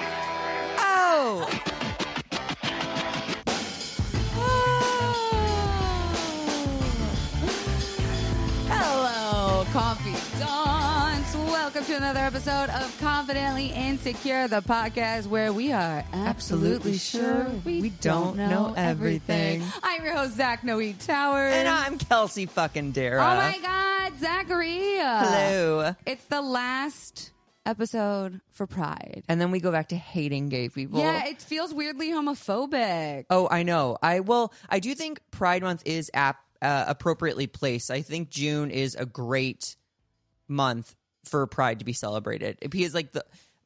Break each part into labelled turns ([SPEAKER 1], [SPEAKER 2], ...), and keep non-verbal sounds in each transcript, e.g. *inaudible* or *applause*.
[SPEAKER 1] Oh,
[SPEAKER 2] go. Ah. Hello, confidants. Welcome to another episode of Confidently Insecure, the podcast where we are absolutely, sure we, don't know everything. I'm your host, Zach Noe Towers.
[SPEAKER 1] And I'm Kelsey fucking Dara.
[SPEAKER 2] oh my God, Zachary.
[SPEAKER 1] Hello.
[SPEAKER 2] It's the last episode for Pride.
[SPEAKER 1] And then we go back to hating gay people.
[SPEAKER 2] Yeah, it feels weirdly homophobic.
[SPEAKER 1] oh, I know. I well, I do think Pride Month is app, uh, appropriately placed. I think June is a great month for Pride to be celebrated because, like the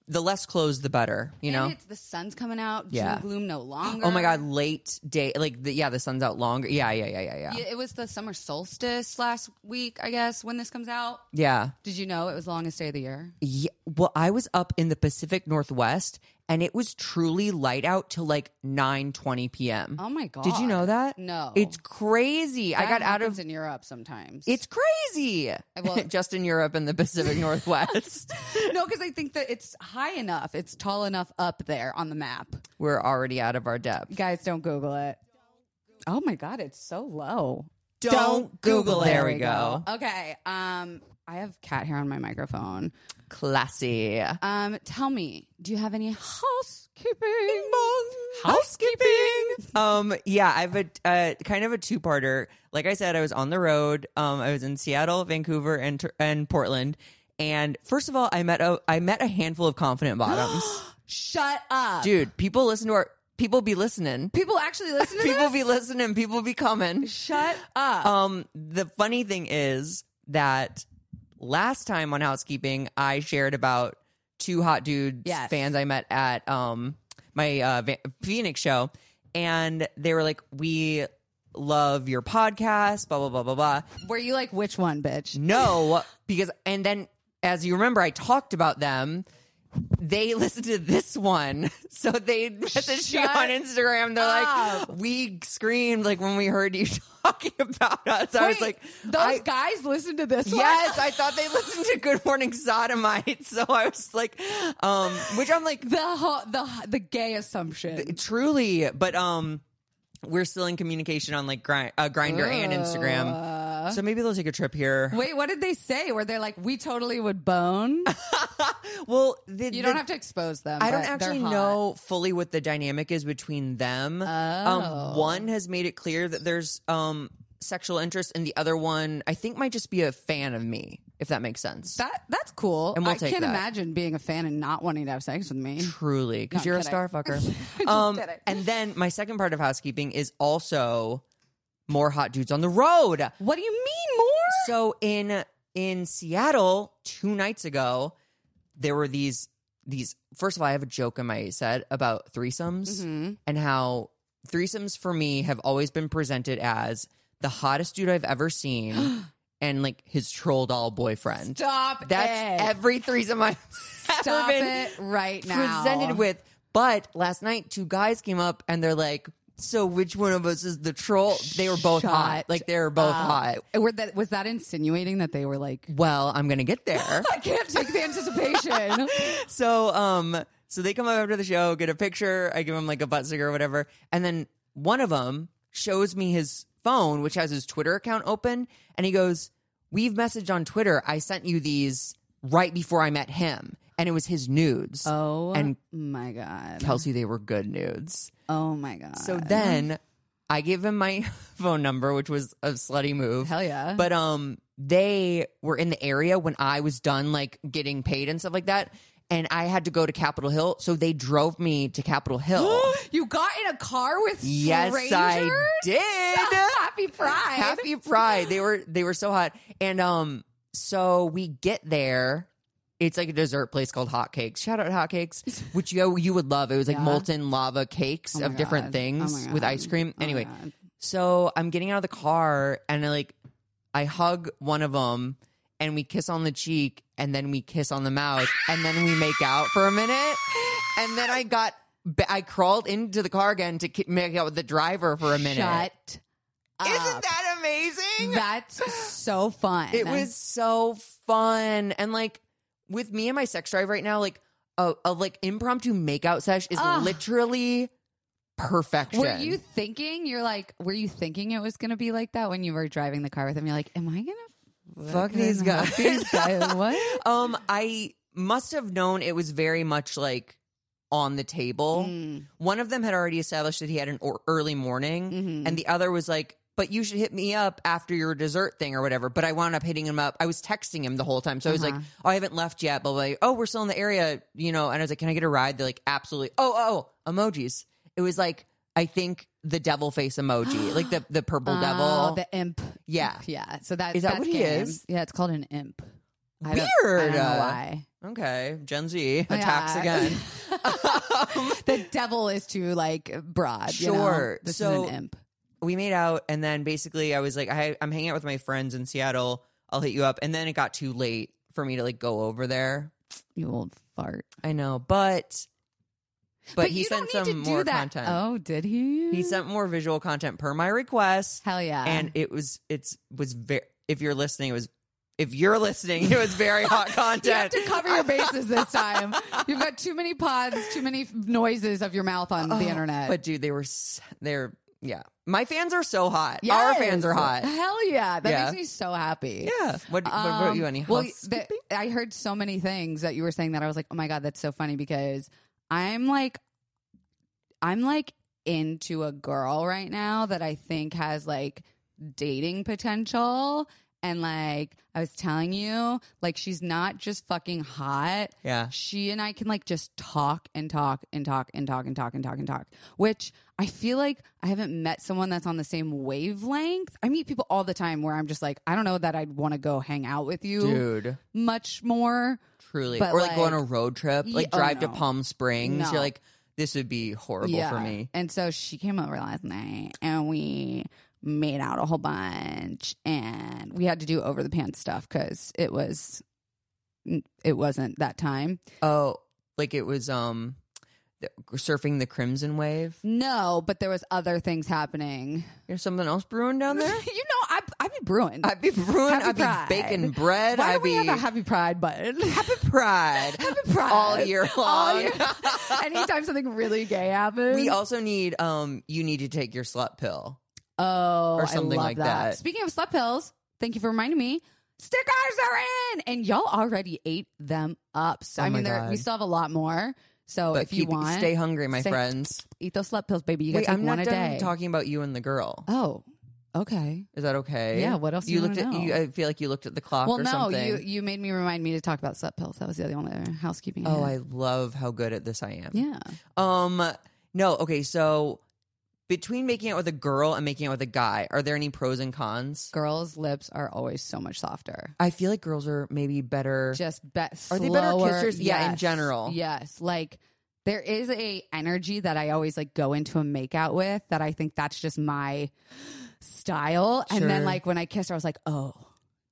[SPEAKER 1] the less closed, the better. You know.
[SPEAKER 2] And it's the sun's coming out.
[SPEAKER 1] Yeah.
[SPEAKER 2] June gloom no longer.
[SPEAKER 1] Oh my god, late day. Like the, yeah, the sun's out longer. Yeah, yeah, yeah, yeah, yeah.
[SPEAKER 2] Yeah, It was the summer solstice last week, I guess, when this comes out.
[SPEAKER 1] Yeah.
[SPEAKER 2] Did you know it was the longest day of the year?
[SPEAKER 1] Yeah, well, I was up in the Pacific Northwest, and it was truly light out till like nine twenty p.m.
[SPEAKER 2] Oh my god!
[SPEAKER 1] Did you know that?
[SPEAKER 2] No.
[SPEAKER 1] It's crazy. I
[SPEAKER 2] That
[SPEAKER 1] got out
[SPEAKER 2] happens
[SPEAKER 1] of
[SPEAKER 2] in Europe sometimes.
[SPEAKER 1] it's crazy.
[SPEAKER 2] well-
[SPEAKER 1] *laughs* just in Europe and the Pacific Northwest.
[SPEAKER 2] *laughs* no, because I think that it's high enough, it's tall enough up there on the map.
[SPEAKER 1] We're already out of our depth.
[SPEAKER 2] Guys, don't Google it. Oh my god, it's so low.
[SPEAKER 1] Don't Google it. There we go.
[SPEAKER 2] Okay. Um, I have cat hair on my microphone.
[SPEAKER 1] Classy.
[SPEAKER 2] Um, tell me, do you have any housekeeping?
[SPEAKER 1] Housekeeping. Um, yeah, I've a uh, kind of a two-parter. Like I said, I was on the road. Um, I was in Seattle, Vancouver, and Tur- and Portland. And first of all, I met a I met a handful of confident
[SPEAKER 2] *gasps*
[SPEAKER 1] bottoms.
[SPEAKER 2] Shut up,
[SPEAKER 1] Dude, people listen to our people be listening.
[SPEAKER 2] People actually listen
[SPEAKER 1] *laughs*
[SPEAKER 2] to
[SPEAKER 1] People
[SPEAKER 2] this? *laughs*
[SPEAKER 1] be listening. People be coming.
[SPEAKER 2] Shut up.
[SPEAKER 1] Um, the funny thing is that last time on housekeeping, I shared about two hot dudes
[SPEAKER 2] Yes.
[SPEAKER 1] fans I met at um my uh, Va- Phoenix show, and they were like, "We love your podcast," blah blah blah blah blah.
[SPEAKER 2] Were you like which one, bitch?
[SPEAKER 1] No, because and then as you remember, I talked about them. They *laughs* listened to this one, *laughs* so they messaged me
[SPEAKER 2] Shut
[SPEAKER 1] on Instagram. They're
[SPEAKER 2] up.
[SPEAKER 1] like, "We screamed like when we heard you *laughs* talking about us." I was
[SPEAKER 2] Wait,
[SPEAKER 1] like,
[SPEAKER 2] those
[SPEAKER 1] I-
[SPEAKER 2] *laughs* guys listen to this
[SPEAKER 1] Yes, I thought they listened to Good Morning Sodomite. *laughs* So I was like, um, which I'm like,
[SPEAKER 2] one? *laughs* The ho- the the gay assumption.
[SPEAKER 1] truly, but um, we're still in communication on like grind, uh, Grinder and Instagram. So maybe they'll take a trip here.
[SPEAKER 2] Wait, what did they say? Were they like, we totally
[SPEAKER 1] *laughs*
[SPEAKER 2] would bone?
[SPEAKER 1] Well, the,
[SPEAKER 2] You don't
[SPEAKER 1] the-
[SPEAKER 2] have to expose them.
[SPEAKER 1] I don't
[SPEAKER 2] but they're
[SPEAKER 1] actually
[SPEAKER 2] hot.
[SPEAKER 1] know fully what the dynamic is between them.
[SPEAKER 2] Oh.
[SPEAKER 1] Um, one has made it clear that there's um sexual interest, and the other one, I think, might just be a fan of me, if that makes sense.
[SPEAKER 2] That that's cool.
[SPEAKER 1] And we'll
[SPEAKER 2] I
[SPEAKER 1] take
[SPEAKER 2] can't
[SPEAKER 1] that.
[SPEAKER 2] imagine being a fan and not wanting to have sex with me.
[SPEAKER 1] Truly, because
[SPEAKER 2] *laughs* No,
[SPEAKER 1] you're
[SPEAKER 2] I'm
[SPEAKER 1] a star fucker.
[SPEAKER 2] *laughs*
[SPEAKER 1] *laughs*
[SPEAKER 2] just
[SPEAKER 1] um,
[SPEAKER 2] kidding.
[SPEAKER 1] and then my second part of housekeeping is also more hot dudes on the road.
[SPEAKER 2] What do you mean more?
[SPEAKER 1] So in in Seattle two nights ago, there were these these. First of all, I have a joke in my set about threesomes
[SPEAKER 2] Mm-hmm.
[SPEAKER 1] and how threesomes for me have always been presented as the hottest dude I've ever
[SPEAKER 2] *gasps*
[SPEAKER 1] seen and like his troll doll boyfriend.
[SPEAKER 2] Stop
[SPEAKER 1] That's
[SPEAKER 2] it.
[SPEAKER 1] every threesome I've
[SPEAKER 2] Stop
[SPEAKER 1] ever been
[SPEAKER 2] it right now.
[SPEAKER 1] presented with. But last night, two guys came up and they're like, "So which one of us is the troll?" They were both hot.
[SPEAKER 2] Shut
[SPEAKER 1] Like they were both hot.
[SPEAKER 2] Were that, was that insinuating that they were like, *laughs*
[SPEAKER 1] Well, I'm gonna get there.
[SPEAKER 2] I can't take
[SPEAKER 1] *laughs*
[SPEAKER 2] the anticipation?
[SPEAKER 1] so um so they come up after the show get a picture i give them like a butt sticker or whatever and then one of them shows me his phone which has his twitter account open and he goes we've messaged on twitter i sent you these right before i met him and it was his nudes
[SPEAKER 2] oh
[SPEAKER 1] And-
[SPEAKER 2] my god.
[SPEAKER 1] kelsey they were good nudes
[SPEAKER 2] Oh my god.
[SPEAKER 1] so then i gave him my *laughs* phone number which was a slutty move
[SPEAKER 2] hell yeah.
[SPEAKER 1] but um they were in the area when i was done like getting paid and stuff like that and i had to go to capitol hill so they drove me to capitol
[SPEAKER 2] *gasps*
[SPEAKER 1] hill
[SPEAKER 2] *gasps* you got in a car with
[SPEAKER 1] yes i
[SPEAKER 2] strangers?
[SPEAKER 1] did
[SPEAKER 2] *laughs* Happy Pride.
[SPEAKER 1] happy pride they were they were so hot and um so we get there it's like a dessert place called Hot Cakes. Shout out Hot Cakes, which you you would love. It was like
[SPEAKER 2] Yeah.
[SPEAKER 1] molten lava cakes
[SPEAKER 2] Oh my
[SPEAKER 1] of different
[SPEAKER 2] God.
[SPEAKER 1] things
[SPEAKER 2] Oh my
[SPEAKER 1] with
[SPEAKER 2] God.
[SPEAKER 1] ice cream.
[SPEAKER 2] Oh my
[SPEAKER 1] Anyway,
[SPEAKER 2] God.
[SPEAKER 1] so I'm getting out of the car and I like I hug one of them and we kiss on the cheek and then we kiss on the mouth and then we make out for a minute and then I got ba- I crawled into the car again to ki- make out with the driver for a minute.
[SPEAKER 2] Shut up.
[SPEAKER 1] Isn't that amazing? *laughs*
[SPEAKER 2] That's so fun.
[SPEAKER 1] it was so fun and like with me and my sex drive right now like a, a like impromptu makeout sesh is
[SPEAKER 2] Ugh.
[SPEAKER 1] literally perfection.
[SPEAKER 2] Were you thinking? You're like, were you thinking it was going to be like that when you were driving the car with him? You're like, am I going to
[SPEAKER 1] Fuck these guys.
[SPEAKER 2] These
[SPEAKER 1] *laughs*
[SPEAKER 2] guys? What?
[SPEAKER 1] um, I must have known it was very much like on the table.
[SPEAKER 2] Mm,
[SPEAKER 1] One of them had already established that he had an or- early morning,
[SPEAKER 2] mhm.
[SPEAKER 1] and the other was like, "But you should hit me up after your dessert thing or whatever." But I wound up hitting him up. I was texting him the whole time, so I was like,
[SPEAKER 2] Uh-huh.
[SPEAKER 1] "Oh, I haven't left yet." But like, "Oh, we're still in the area," you know. And I was like, "Can I get a ride?" They're like, "Absolutely." Oh, oh, emojis. It was like I think the devil face
[SPEAKER 2] *gasps*
[SPEAKER 1] emoji, like the the purple
[SPEAKER 2] Oh,
[SPEAKER 1] devil.
[SPEAKER 2] the imp.
[SPEAKER 1] yeah.
[SPEAKER 2] Yeah. So that
[SPEAKER 1] Is that
[SPEAKER 2] that's
[SPEAKER 1] what he
[SPEAKER 2] game.
[SPEAKER 1] is?
[SPEAKER 2] Yeah, it's called an imp. I don't- I
[SPEAKER 1] Weird.
[SPEAKER 2] don't know why.
[SPEAKER 1] Okay, Gen Z attacks
[SPEAKER 2] Oh, Yeah.
[SPEAKER 1] again.
[SPEAKER 2] *laughs*
[SPEAKER 1] *laughs* Um,
[SPEAKER 2] the devil is too like broad. you know?
[SPEAKER 1] Sure.
[SPEAKER 2] This
[SPEAKER 1] So-
[SPEAKER 2] is an imp.
[SPEAKER 1] we made out and then basically i was like I, i'm hanging out with my friends in seattle i'll hit you up and then it got too late for me to like go over there
[SPEAKER 2] You old fart.
[SPEAKER 1] i know but but, he
[SPEAKER 2] you
[SPEAKER 1] sent
[SPEAKER 2] don't need
[SPEAKER 1] some
[SPEAKER 2] to do
[SPEAKER 1] more
[SPEAKER 2] that.
[SPEAKER 1] content
[SPEAKER 2] Oh, did he?
[SPEAKER 1] he sent more visual content per my request
[SPEAKER 2] Hell yeah.
[SPEAKER 1] and it was it's was very if you're listening it was if you're listening it was very hot content
[SPEAKER 2] *laughs* you have to cover your
[SPEAKER 1] *laughs*
[SPEAKER 2] bases this time. You've got too many pods, too many f- noises of your mouth on the
[SPEAKER 1] Oh,
[SPEAKER 2] internet.
[SPEAKER 1] but dude they were s- they're yeah my fans are so hot our fans are
[SPEAKER 2] Yes. *laughs*
[SPEAKER 1] hot
[SPEAKER 2] Hell yeah. That
[SPEAKER 1] Yeah.
[SPEAKER 2] makes me so happy.
[SPEAKER 1] yeah what, what about
[SPEAKER 2] Um,
[SPEAKER 1] you any
[SPEAKER 2] Well,
[SPEAKER 1] house-
[SPEAKER 2] the, I heard so many things that you were saying that I was like, oh my god, that's so funny because I'm like, I'm like into a girl right now that I think has like dating potential, and like I was telling you, like she's not just fucking hot.
[SPEAKER 1] yeah
[SPEAKER 2] She and I can like just talk and talk and talk and talk and talk and talk and talk, which I feel like I haven't met someone that's on the same wavelength. I meet people all the time where I'm just like, I don't know that I'd want to go hang out with you
[SPEAKER 1] dude
[SPEAKER 2] much more.
[SPEAKER 1] Truly.
[SPEAKER 2] But,
[SPEAKER 1] or like, go on
[SPEAKER 2] like-
[SPEAKER 1] a road trip,
[SPEAKER 2] Ye-
[SPEAKER 1] like
[SPEAKER 2] oh,
[SPEAKER 1] drive to
[SPEAKER 2] no.
[SPEAKER 1] Palm Springs.
[SPEAKER 2] No.
[SPEAKER 1] You're like, this would be horrible for me.
[SPEAKER 2] And so she came over last night and we made out a whole bunch and we had to do over the pants stuff because it was, it wasn't that time.
[SPEAKER 1] Oh, like it was um the- surfing the crimson wave.
[SPEAKER 2] No, but there was other things happening.
[SPEAKER 1] There's something else brewing down
[SPEAKER 2] *laughs* you
[SPEAKER 1] there.
[SPEAKER 2] know, I, I'd be brewing.
[SPEAKER 1] I'd be brewing.
[SPEAKER 2] Happy
[SPEAKER 1] I'd be
[SPEAKER 2] Pride.
[SPEAKER 1] baking bread.
[SPEAKER 2] Why
[SPEAKER 1] I'd
[SPEAKER 2] don't we
[SPEAKER 1] be *laughs*
[SPEAKER 2] have a happy pride *laughs* button?
[SPEAKER 1] happy pride *laughs*
[SPEAKER 2] pride.
[SPEAKER 1] all year long.
[SPEAKER 2] All year- *laughs* Anytime something really gay happens.
[SPEAKER 1] we also need um. You need to take your slut pill.
[SPEAKER 2] oh,
[SPEAKER 1] or
[SPEAKER 2] I
[SPEAKER 1] something
[SPEAKER 2] love
[SPEAKER 1] like that.
[SPEAKER 2] Speaking of slut pills, thank you for reminding me. Stickers are in, and y'all already ate them up. So
[SPEAKER 1] Oh
[SPEAKER 2] I
[SPEAKER 1] my
[SPEAKER 2] mean, there, we
[SPEAKER 1] God.
[SPEAKER 2] still have a lot more. So
[SPEAKER 1] But
[SPEAKER 2] Oh, if you
[SPEAKER 1] keep-
[SPEAKER 2] want,
[SPEAKER 1] stay hungry, my
[SPEAKER 2] stay-
[SPEAKER 1] friends.
[SPEAKER 2] eat those slut pills, baby. You got
[SPEAKER 1] Wait,
[SPEAKER 2] to take
[SPEAKER 1] I'm not
[SPEAKER 2] one a
[SPEAKER 1] done
[SPEAKER 2] day.
[SPEAKER 1] talking about you and the girl.
[SPEAKER 2] oh, okay.
[SPEAKER 1] Is that okay?
[SPEAKER 2] Yeah, what else do
[SPEAKER 1] You
[SPEAKER 2] you
[SPEAKER 1] looked
[SPEAKER 2] wanna
[SPEAKER 1] at. You,
[SPEAKER 2] know?
[SPEAKER 1] I feel like you looked at the clock
[SPEAKER 2] Well,
[SPEAKER 1] or
[SPEAKER 2] no,
[SPEAKER 1] something.
[SPEAKER 2] you you made me remind me to talk about slut pills. That was the only one other housekeeping.
[SPEAKER 1] Oh,
[SPEAKER 2] had.
[SPEAKER 1] I love how good at this I am.
[SPEAKER 2] yeah.
[SPEAKER 1] Um no, okay, so between making out with a girl and making out with a guy, are there any pros and cons?
[SPEAKER 2] Girls' lips are always so much softer.
[SPEAKER 1] I feel like girls are maybe better.
[SPEAKER 2] just bet
[SPEAKER 1] Are they better
[SPEAKER 2] slower.
[SPEAKER 1] kissers? Yeah, in
[SPEAKER 2] Yes.
[SPEAKER 1] general.
[SPEAKER 2] yes like there is a energy that i always like go into a makeout with that i think that's just my style and then
[SPEAKER 1] Sure.
[SPEAKER 2] like when i kissed her i was like oh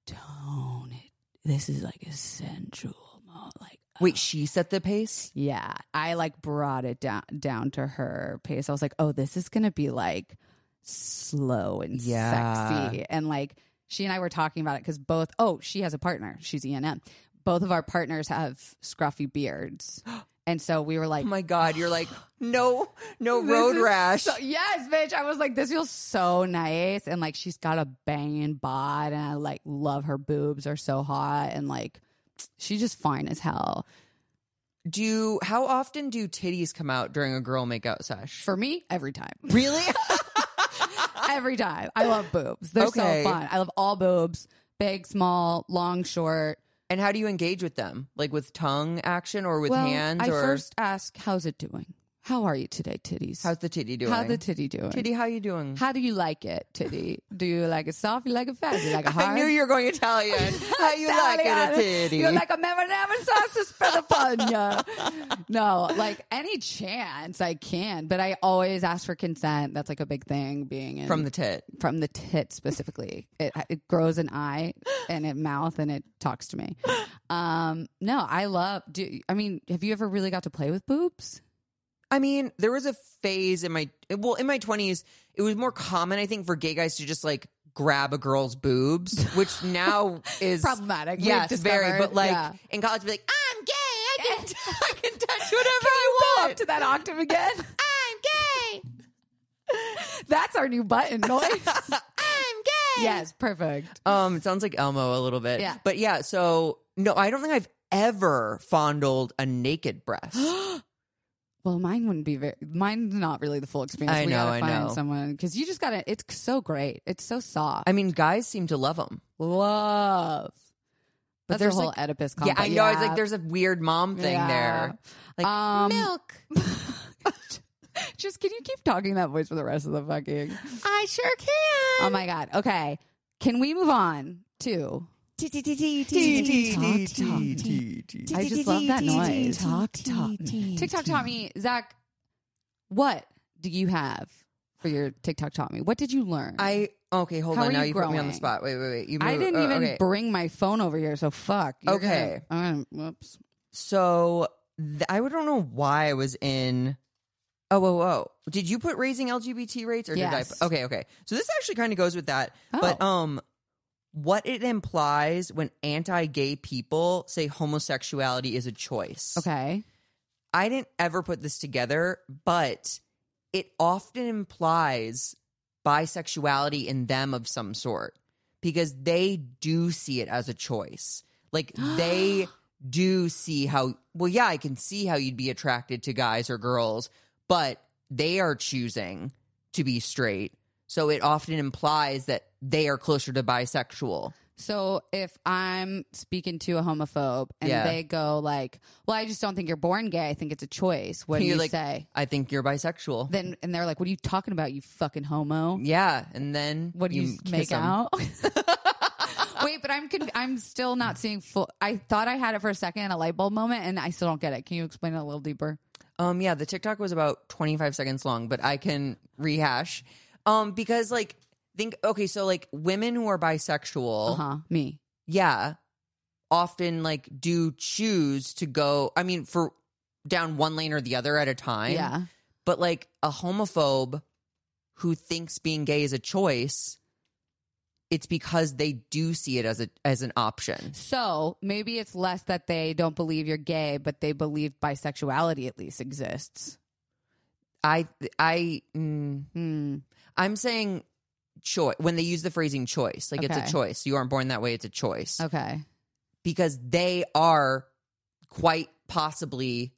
[SPEAKER 2] tone it this is like a sensual moment like
[SPEAKER 1] Wait, she set the pace?
[SPEAKER 2] yeah i like brought it down down to her pace i was like oh this is gonna be like slow and
[SPEAKER 1] Yeah.
[SPEAKER 2] sexy and like she and i were talking about it because both oh she has a partner she's enm both of our partners have scruffy
[SPEAKER 1] *gasps*
[SPEAKER 2] beards and so we were like "Oh,
[SPEAKER 1] Oh my god, you're like, no, no
[SPEAKER 2] this
[SPEAKER 1] road
[SPEAKER 2] is
[SPEAKER 1] rash.
[SPEAKER 2] so- yes, bitch. I was like, this feels so nice. And like, she's got a banging bod, and I like love her boobs are so hot, and like, she's just fine as hell.
[SPEAKER 1] do how often do titties come out during a girl makeout sesh?
[SPEAKER 2] For me, every time.
[SPEAKER 1] really?
[SPEAKER 2] every time. I love boobs. They're
[SPEAKER 1] Okay.
[SPEAKER 2] so fun. I love all boobs, big, small, long, short.
[SPEAKER 1] *laughs* and how do you engage with them? Like with tongue action or with
[SPEAKER 2] well,
[SPEAKER 1] hands
[SPEAKER 2] I
[SPEAKER 1] or
[SPEAKER 2] first ask, "How's it doing? How are you today, titties?
[SPEAKER 1] how's the titty doing?
[SPEAKER 2] How the titty doing?
[SPEAKER 1] titty, how you doing?
[SPEAKER 2] How do you like it, titty? Do you like it soft? You like it fat? You like it hard?
[SPEAKER 1] *laughs* I knew you were going
[SPEAKER 2] *laughs*
[SPEAKER 1] Italian. How you like it, a titty?
[SPEAKER 2] You're like a never never sauces for the fun, yeah. No, like any chance I can, but I always ask for consent. That's like a big thing being in
[SPEAKER 1] from the tit.
[SPEAKER 2] from the tit specifically. It, it grows an eye and it mouth and it talks to me. Um, no, I love. Do I mean? Have you ever really got to play with boobs?
[SPEAKER 1] I mean, there was a phase in my well, in my twenties, it was more common, I think, for gay guys to just like grab a girl's boobs, which now is
[SPEAKER 2] *laughs* Problematic. We've
[SPEAKER 1] Yes, very.
[SPEAKER 2] discovered,
[SPEAKER 1] But like
[SPEAKER 2] yeah.
[SPEAKER 1] in college, be like, I'm gay. I I can, *laughs* I can
[SPEAKER 2] *laughs*
[SPEAKER 1] touch whatever
[SPEAKER 2] Can
[SPEAKER 1] I
[SPEAKER 2] you go
[SPEAKER 1] want.
[SPEAKER 2] up to that octave again?
[SPEAKER 1] *laughs* I'm gay.
[SPEAKER 2] *laughs* That's our new
[SPEAKER 1] *laughs*
[SPEAKER 2] button noise.
[SPEAKER 1] I'm gay.
[SPEAKER 2] yes, perfect.
[SPEAKER 1] Um, it sounds like Elmo a little bit.
[SPEAKER 2] Yeah.
[SPEAKER 1] But yeah, so no, I don't think I've ever fondled a naked breast. *gasps*
[SPEAKER 2] Well, mine wouldn't be very. Mine's not really the full experience.
[SPEAKER 1] I
[SPEAKER 2] we
[SPEAKER 1] know,
[SPEAKER 2] gotta
[SPEAKER 1] I
[SPEAKER 2] find
[SPEAKER 1] know.
[SPEAKER 2] someone because you just gotta. It's so great. It's so soft.
[SPEAKER 1] I mean, guys seem to love them.
[SPEAKER 2] love.
[SPEAKER 1] But there's
[SPEAKER 2] But there's a whole
[SPEAKER 1] like-
[SPEAKER 2] Oedipus
[SPEAKER 1] Yeah,
[SPEAKER 2] complex.
[SPEAKER 1] I know. It's like there's a weird mom thing
[SPEAKER 2] Yeah.
[SPEAKER 1] there. Like
[SPEAKER 2] Um,
[SPEAKER 1] milk.
[SPEAKER 2] *laughs* Just can you keep talking that voice for the rest of the fucking?
[SPEAKER 1] I sure can.
[SPEAKER 2] Oh my god. Okay, can we move on to? I just love that noise.
[SPEAKER 1] Talk, talk.
[SPEAKER 2] TikTok taught me, Zach. What do you have for your TikTok taught me? What did you learn?
[SPEAKER 1] I okay. Hold
[SPEAKER 2] How
[SPEAKER 1] on.
[SPEAKER 2] are
[SPEAKER 1] Now
[SPEAKER 2] you
[SPEAKER 1] you put me on
[SPEAKER 2] growing?
[SPEAKER 1] the spot. Wait, wait, wait. You
[SPEAKER 2] I
[SPEAKER 1] move-
[SPEAKER 2] didn't
[SPEAKER 1] oh,
[SPEAKER 2] even
[SPEAKER 1] okay.
[SPEAKER 2] bring my phone over here, so fuck. You're
[SPEAKER 1] Okay.
[SPEAKER 2] gonna- I'm gonna- whoops.
[SPEAKER 1] So th- I don't know why I was in. Oh, oh, oh! Did you put raising LGBT rates, or
[SPEAKER 2] Yes.
[SPEAKER 1] did I? Okay, okay. So this actually kind of goes with that, but
[SPEAKER 2] Oh.
[SPEAKER 1] um, what it implies when anti-gay people say homosexuality is a choice.
[SPEAKER 2] Okay.
[SPEAKER 1] I didn't ever put this together, but it often implies bisexuality in them of some sort because they do see it as a choice. Like
[SPEAKER 2] *gasps*
[SPEAKER 1] they do see how, well, yeah, I can see how you'd be attracted to guys or girls, but they are choosing to be straight. So it often implies that they are closer to bisexual.
[SPEAKER 2] So if I'm speaking to a homophobe and
[SPEAKER 1] Yeah.
[SPEAKER 2] they go like, "Well, I just don't think you're born gay. I think it's a choice." What do
[SPEAKER 1] You're
[SPEAKER 2] you
[SPEAKER 1] like-
[SPEAKER 2] say?
[SPEAKER 1] I think you're bisexual.
[SPEAKER 2] Then and they're like, "What are you talking about? You fucking homo."
[SPEAKER 1] yeah. And then
[SPEAKER 2] What do you,
[SPEAKER 1] kiss
[SPEAKER 2] make
[SPEAKER 1] 'em.
[SPEAKER 2] out? *laughs* Wait, but I'm conf- I'm still not seeing full. I thought I had it for a second, a light bulb moment, and I still don't get it. Can you explain it a little deeper?
[SPEAKER 1] Um, yeah, the TikTok was about 25 seconds long, but I can rehash. Um, because like, think okay, so like women who are bisexual,
[SPEAKER 2] Uh huh. Me.
[SPEAKER 1] yeah, often like do choose to go. I mean, for down one lane or the other at a time.
[SPEAKER 2] yeah.
[SPEAKER 1] but like a homophobe who thinks being gay is a choice, it's because they do see it as a as an option.
[SPEAKER 2] So maybe it's less that they don't believe you're gay, but they believe bisexuality at least exists.
[SPEAKER 1] I I. Mm,
[SPEAKER 2] Hmm.
[SPEAKER 1] I'm saying choice when they use the phrasing choice, like it's
[SPEAKER 2] Okay.
[SPEAKER 1] a choice. You aren't born that way, it's a choice.
[SPEAKER 2] Okay.
[SPEAKER 1] Because they are quite possibly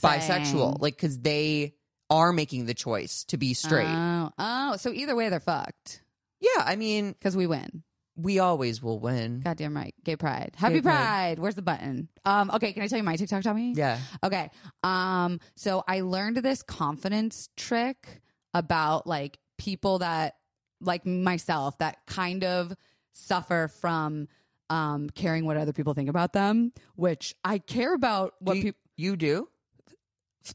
[SPEAKER 1] bisexual,
[SPEAKER 2] Saying-
[SPEAKER 1] like because they are making the choice to be straight.
[SPEAKER 2] Oh, oh, so either way, they're fucked
[SPEAKER 1] yeah, I mean,
[SPEAKER 2] because we win.
[SPEAKER 1] we always will win.
[SPEAKER 2] Goddamn right. Gay pride. Happy
[SPEAKER 1] Hmm. Gay pride.
[SPEAKER 2] pride. Where's the button? Um, okay, can I tell you my TikTok, Tommy?
[SPEAKER 1] Yeah.
[SPEAKER 2] Okay. Um, so I learned this confidence trick about like people that like myself that kind of suffer from um caring what other people think about them, which I care about what
[SPEAKER 1] Do you,
[SPEAKER 2] people
[SPEAKER 1] you do?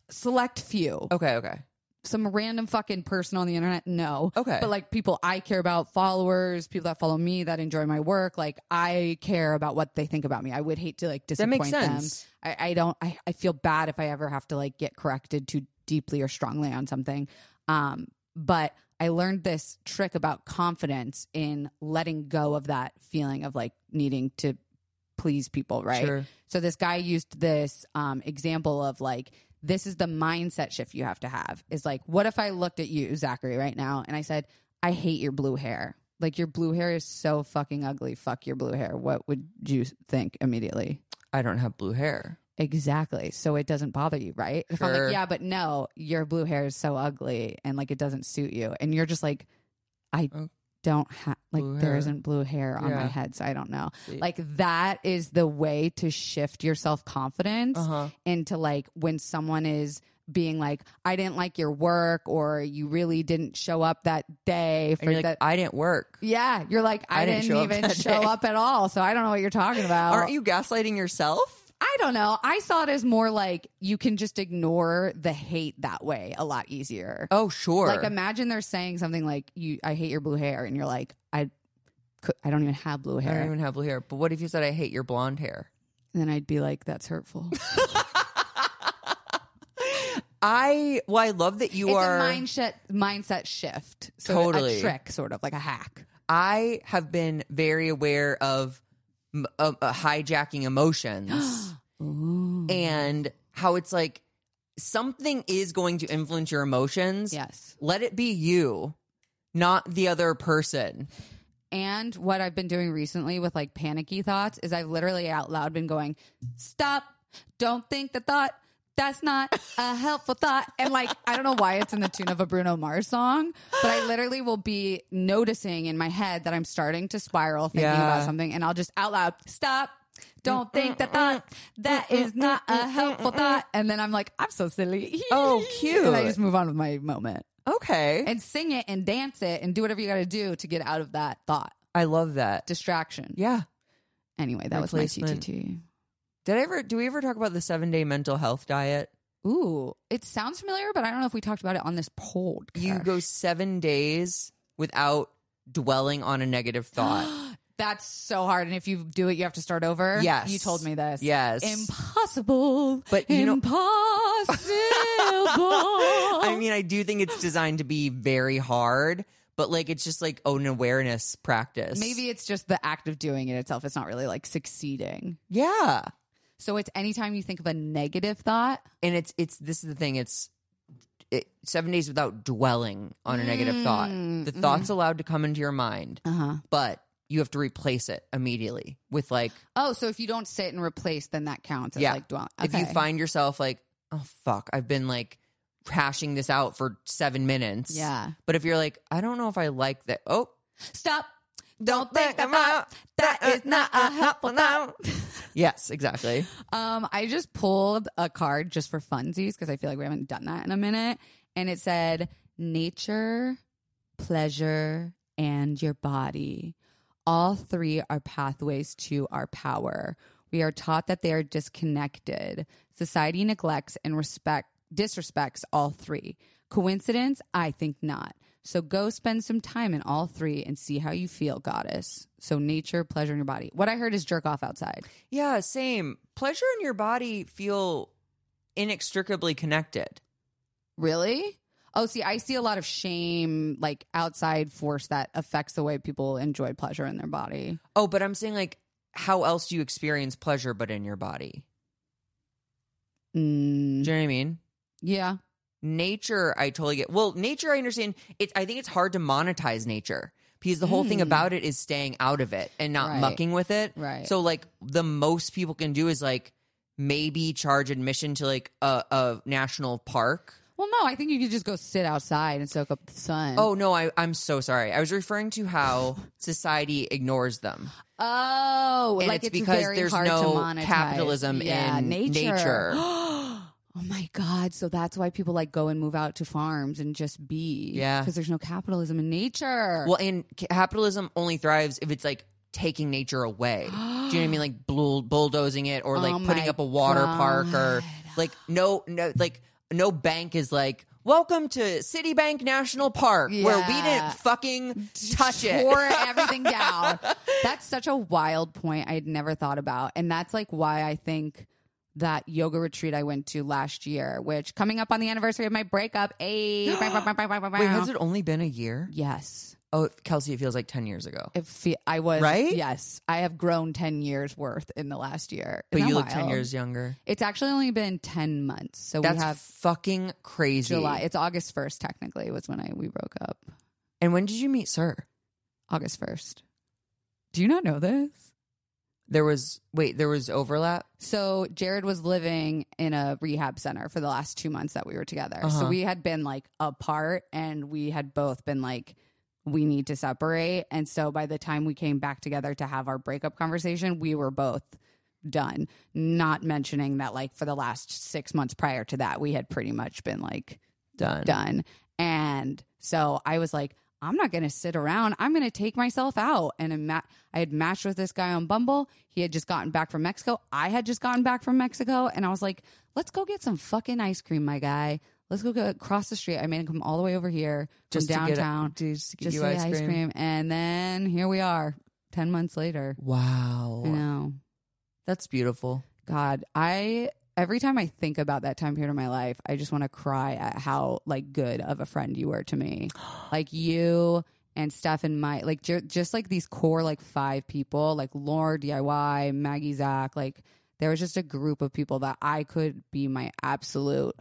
[SPEAKER 2] select few.
[SPEAKER 1] Okay, okay.
[SPEAKER 2] Some random fucking person on the internet, no.
[SPEAKER 1] Okay.
[SPEAKER 2] But like people I care about, followers, people that follow me that enjoy my work, like I care about what they think about me. I would hate to like
[SPEAKER 1] That
[SPEAKER 2] disappoint
[SPEAKER 1] makes
[SPEAKER 2] them.
[SPEAKER 1] sense.
[SPEAKER 2] I, I don't I, I feel bad if I ever have to like get corrected too deeply or strongly on something. Um, but I learned this trick about confidence in letting go of that feeling of like needing to please people, right?
[SPEAKER 1] Sure.
[SPEAKER 2] So this guy used this um, example of like, this is the mindset shift you have to have. Is like, what if I looked at you, Zachary, right now, and I said, I hate your blue hair. Like your blue hair is so fucking ugly. Fuck your blue hair. What would you think immediately?
[SPEAKER 1] I don't have blue hair.
[SPEAKER 2] Exactly. So it doesn't bother you, right? If I'm
[SPEAKER 1] Sure.
[SPEAKER 2] like, yeah, but no, your blue hair is so ugly and like it doesn't suit you. And you're just like, I
[SPEAKER 1] Oh.
[SPEAKER 2] don't have, like,
[SPEAKER 1] Blue
[SPEAKER 2] there
[SPEAKER 1] hair.
[SPEAKER 2] isn't blue hair on my
[SPEAKER 1] Yeah.
[SPEAKER 2] head. So I don't know.
[SPEAKER 1] See.
[SPEAKER 2] Like, that is the way to shift your self confidence
[SPEAKER 1] Uh-huh.
[SPEAKER 2] into like when someone is being like, I didn't like your work or you really didn't show up that day
[SPEAKER 1] And
[SPEAKER 2] for
[SPEAKER 1] you're like,
[SPEAKER 2] that.
[SPEAKER 1] I didn't work.
[SPEAKER 2] yeah, you're like, I,
[SPEAKER 1] I
[SPEAKER 2] didn't,
[SPEAKER 1] didn't show up
[SPEAKER 2] even
[SPEAKER 1] that
[SPEAKER 2] show
[SPEAKER 1] day."
[SPEAKER 2] up at all. So I don't know what you're talking about.
[SPEAKER 1] Aren't you gaslighting yourself?
[SPEAKER 2] I don't know. I saw it as more like you can just ignore the hate that way a lot easier.
[SPEAKER 1] Oh, sure.
[SPEAKER 2] Like imagine they're saying something like you I hate your blue hair and you're like I could, I don't even have blue
[SPEAKER 1] I don't
[SPEAKER 2] hair.
[SPEAKER 1] even have blue hair. But what if you said I hate your blonde hair?
[SPEAKER 2] And then I'd be like that's hurtful.
[SPEAKER 1] I well, I love that you
[SPEAKER 2] it's
[SPEAKER 1] are.
[SPEAKER 2] a mindset mindset shift. So
[SPEAKER 1] Totally.
[SPEAKER 2] a trick sort of like a hack.
[SPEAKER 1] I
[SPEAKER 2] *gasps*
[SPEAKER 1] have been very aware of m- uh, uh, hijacking emotions and how it's like something is going to influence your emotions.
[SPEAKER 2] Yes.
[SPEAKER 1] Let it be you, not the other person.
[SPEAKER 2] And what I've been doing recently with like panicky thoughts is I've literally out loud been going, stop, don't think the thought. That's not a helpful thought. And like, I don't know why it's in the tune of a Bruno Mars song, but I literally will be noticing in my head that I'm starting to spiral thinking
[SPEAKER 1] Yeah.
[SPEAKER 2] about something. And I'll just out loud, stop, don't think the thought. That is not a helpful thought. And then I'm like, I'm so silly.
[SPEAKER 1] Oh,
[SPEAKER 2] *laughs* And I
[SPEAKER 1] cute.
[SPEAKER 2] just move on with my moment
[SPEAKER 1] Okay.
[SPEAKER 2] and sing it and dance it and do whatever you got to do to get out of that thought
[SPEAKER 1] I love that.
[SPEAKER 2] distraction.
[SPEAKER 1] Yeah.
[SPEAKER 2] Anyway, that was my
[SPEAKER 1] Replacement.
[SPEAKER 2] TTT.
[SPEAKER 1] Did I ever do we ever talk about the 7-day mental health diet?
[SPEAKER 2] Ooh, it sounds familiar, but I don't know if we talked about it on this podcast.
[SPEAKER 1] You go 7 days without dwelling on a negative thought.
[SPEAKER 2] That's so hard, and if you do it, you have to start over.
[SPEAKER 1] Yes.
[SPEAKER 2] *gasps* you told me this.
[SPEAKER 1] Yes.
[SPEAKER 2] impossible,
[SPEAKER 1] But you know-
[SPEAKER 2] impossible.
[SPEAKER 1] *laughs* I mean, I do think it's designed to be very hard, but like it's just like an awareness practice.
[SPEAKER 2] Maybe it's just the act of doing it itself. It's not really like succeeding.
[SPEAKER 1] Yeah.
[SPEAKER 2] So it's anytime you think of a negative thought,
[SPEAKER 1] and it's it's this is the thing it's it, seven days without dwelling on a negative thought
[SPEAKER 2] Mm,
[SPEAKER 1] the thought's allowed to come into your mind
[SPEAKER 2] uh huh.
[SPEAKER 1] but you have to replace it immediately with like
[SPEAKER 2] Oh, so if you don't sit and replace, then that counts as
[SPEAKER 1] Yeah.
[SPEAKER 2] like dwelling.
[SPEAKER 1] if you
[SPEAKER 2] Okay.
[SPEAKER 1] find yourself like oh fuck i've been like hashing this out for seven minutes
[SPEAKER 2] Yeah.
[SPEAKER 1] but if you're like i don't know if i like that oh
[SPEAKER 2] Stop. Don't think
[SPEAKER 1] that
[SPEAKER 2] about that is not a helpful
[SPEAKER 1] now *laughs* yes exactly
[SPEAKER 2] Um, I just pulled a card just for funsies because I feel like we haven't done that in a minute. And it said nature, pleasure, and your body. All three are pathways to our power. We are taught that they are disconnected. Society neglects and respect disrespects all three. Coincidence? I think not. So go spend some time in all three and see how you feel, goddess. So nature, pleasure in your body. What I heard is jerk off outside.
[SPEAKER 1] yeah same pleasure and your body feel inextricably connected
[SPEAKER 2] Really? Oh, see, I see a lot of shame, like outside force that affects the way people enjoy pleasure in their body.
[SPEAKER 1] Oh, but I'm saying like how else do you experience pleasure but in your body? Do
[SPEAKER 2] Mm,
[SPEAKER 1] you know what I mean?
[SPEAKER 2] yeah.
[SPEAKER 1] Nature, I totally get. Well, nature, I understand. It's I think it's hard to monetize nature because the whole thing
[SPEAKER 2] Mm.
[SPEAKER 1] about it is staying out of it and not
[SPEAKER 2] Right.
[SPEAKER 1] mucking with it.
[SPEAKER 2] Right.
[SPEAKER 1] So like the most people can do is like maybe charge admission to like a, a national park.
[SPEAKER 2] Well, no, I think you could just go sit outside and soak up the sun.
[SPEAKER 1] Oh no, I, I'm so sorry. I was referring to
[SPEAKER 2] *laughs*
[SPEAKER 1] how society ignores them.
[SPEAKER 2] oh,
[SPEAKER 1] And
[SPEAKER 2] like
[SPEAKER 1] it's
[SPEAKER 2] it's,
[SPEAKER 1] because
[SPEAKER 2] very
[SPEAKER 1] there's
[SPEAKER 2] hard to
[SPEAKER 1] no
[SPEAKER 2] monetize.
[SPEAKER 1] capitalism
[SPEAKER 2] yeah,
[SPEAKER 1] in nature.
[SPEAKER 2] *gasps* oh my god! So that's why people like go and move out to farms and just be.
[SPEAKER 1] Yeah.
[SPEAKER 2] because there's no capitalism in nature.
[SPEAKER 1] Well, and capitalism only thrives if it's like taking nature away. Do you know what I mean?
[SPEAKER 2] *gasps*
[SPEAKER 1] Like bull- bulldozing it, or like
[SPEAKER 2] Oh
[SPEAKER 1] putting
[SPEAKER 2] my
[SPEAKER 1] up a water park, or
[SPEAKER 2] God.
[SPEAKER 1] like no, no, like no bank is like. Welcome to Citibank National Park, where we
[SPEAKER 2] Yeah.
[SPEAKER 1] didn't fucking touch it.
[SPEAKER 2] tore everything down. That's such a wild point I had never thought about. And that's like why I think that yoga retreat I went to last year, which coming up on the anniversary of my breakup,
[SPEAKER 1] *gasps*
[SPEAKER 2] a
[SPEAKER 1] Wait, has it only been a year?
[SPEAKER 2] yes.
[SPEAKER 1] Oh, Kelsey, it feels like ten years ago.
[SPEAKER 2] It fe- I was
[SPEAKER 1] Right?
[SPEAKER 2] Yes, I have grown ten years worth in the last year.
[SPEAKER 1] But
[SPEAKER 2] Isn't
[SPEAKER 1] you
[SPEAKER 2] that
[SPEAKER 1] look ten
[SPEAKER 2] wild?
[SPEAKER 1] years younger.
[SPEAKER 2] It's actually only been ten months, so
[SPEAKER 1] That's
[SPEAKER 2] we have
[SPEAKER 1] fucking crazy.
[SPEAKER 2] July. It's August first, technically, was when I we broke up.
[SPEAKER 1] And when did you meet Sir?
[SPEAKER 2] August first. Do you not know this?
[SPEAKER 1] There was wait, there was overlap.
[SPEAKER 2] So Jared was living in a rehab center for the last two months that we were together.
[SPEAKER 1] Uh-huh.
[SPEAKER 2] So we had been like apart and we had both been like, we need to separate. And so by the time we came back together to have our breakup conversation, we were both done. Not mentioning that like for the last six months prior to that, we had pretty much been like
[SPEAKER 1] Done.
[SPEAKER 2] done. And so I was like, I'm not going to sit around. I'm going to take myself out. And I ma- I had matched with this guy on Bumble. He had just gotten back from Mexico. I had just gotten back from Mexico. And I was like, let's go get some fucking ice cream, my guy. Let's go get across the street. I made him come all the way over here
[SPEAKER 1] Just
[SPEAKER 2] from downtown.
[SPEAKER 1] To get, just to get
[SPEAKER 2] just
[SPEAKER 1] you
[SPEAKER 2] to get
[SPEAKER 1] ice cream.
[SPEAKER 2] And then here we are 10 months later.
[SPEAKER 1] Wow.
[SPEAKER 2] I know.
[SPEAKER 1] That's beautiful.
[SPEAKER 2] God, I every time I think about that time period of my life, I just want to cry at how like good of a friend you were to me. Like you and Steph and my like ju- just like these core like five people, like Laura DIY, Maggie Zach, like There was just a group of people that I could be my absolute.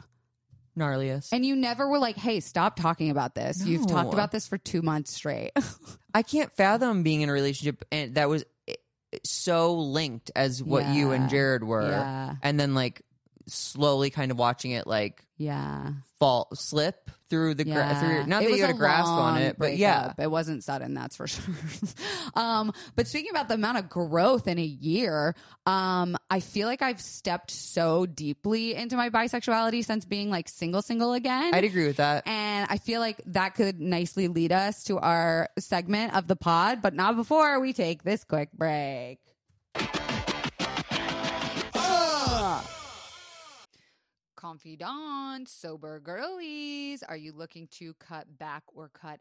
[SPEAKER 1] Gnarliest.
[SPEAKER 2] And you never were like, hey, stop talking about this. You've talked
[SPEAKER 1] No.
[SPEAKER 2] about this for two months straight. *laughs*
[SPEAKER 1] I can't fathom being in a relationship and that was eh, so linked as what you
[SPEAKER 2] Yeah.
[SPEAKER 1] and Jared were,
[SPEAKER 2] Yeah.
[SPEAKER 1] and then like slowly kind of watching it like
[SPEAKER 2] yeah.
[SPEAKER 1] fall slip through the gra- through, not
[SPEAKER 2] It
[SPEAKER 1] that
[SPEAKER 2] was
[SPEAKER 1] you had a grasp on
[SPEAKER 2] long
[SPEAKER 1] it, but yeah,
[SPEAKER 2] breakup. it wasn't sudden, that's for *laughs* sure. um, but speaking about the amount of growth in a year, um, I feel like I've stepped so deeply into my bisexuality since being like single, single again.
[SPEAKER 1] I'd agree with
[SPEAKER 2] *laughs*
[SPEAKER 1] that.
[SPEAKER 2] and I feel like that could nicely lead us to our segment of the pod, but not before we take this quick break. Ah. Confidant, sober girlies, are you looking to cut back or cut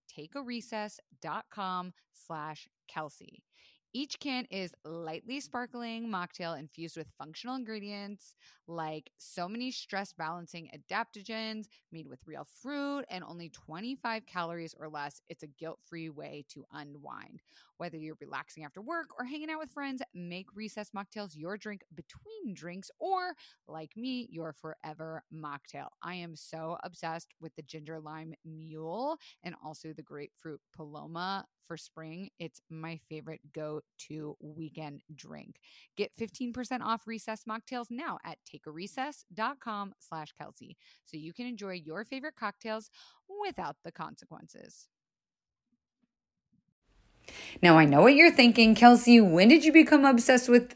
[SPEAKER 2] takearecess.com slash Kelsey. Each can is lightly sparkling mocktail infused with functional ingredients like so many stress balancing adaptogens made with real fruit and only 25 calories or less. It's a guilt free way to unwind. Whether you're relaxing after work or hanging out with friends, make recess mocktails your drink between drinks or, like me, your forever mocktail. I am so obsessed with the ginger lime mule and also the grapefruit paloma for spring. It's my favorite go to weekend drink. Get 15% off recess mocktails now at takearecess.com slash Kelsey so you can enjoy your favorite cocktails without the consequences. Now, I know what you're thinking, Kelsey. When did you become obsessed with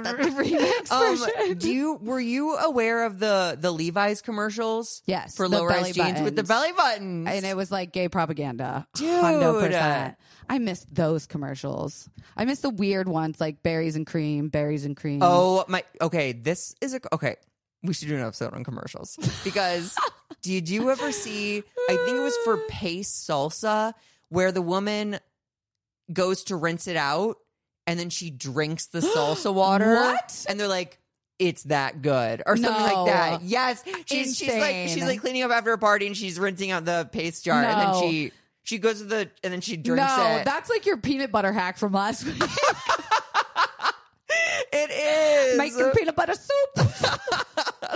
[SPEAKER 2] *laughs* remix
[SPEAKER 1] Um,
[SPEAKER 2] version.
[SPEAKER 1] do you were you aware of the the Levi's commercials?
[SPEAKER 2] Yes,
[SPEAKER 1] for
[SPEAKER 2] the
[SPEAKER 1] low rise
[SPEAKER 2] belly
[SPEAKER 1] jeans with the
[SPEAKER 2] buttons.
[SPEAKER 1] belly buttons.
[SPEAKER 2] And it was like gay propaganda.
[SPEAKER 1] Dude.
[SPEAKER 2] 100%. I miss those commercials. I miss the weird ones like berries and cream, berries and cream.
[SPEAKER 1] oh my. Okay, this is a okay. We should do an episode on commercials
[SPEAKER 2] *laughs*
[SPEAKER 1] because did you ever see? I think it was for Pace Salsa where the woman goes to rinse it out and then she drinks the
[SPEAKER 2] *gasps*
[SPEAKER 1] salsa water.
[SPEAKER 2] What?
[SPEAKER 1] And they're like. It's that good, or something
[SPEAKER 2] No.
[SPEAKER 1] like that. Yes, she's, she's like she's
[SPEAKER 2] Insane.
[SPEAKER 1] like cleaning up after a party, and she's rinsing out the paste jar, and
[SPEAKER 2] No.
[SPEAKER 1] then she she goes to the and then she drinks
[SPEAKER 2] no,
[SPEAKER 1] it.
[SPEAKER 2] that's like your peanut butter hack from last week. *laughs*
[SPEAKER 1] It is
[SPEAKER 2] Make your peanut butter soup.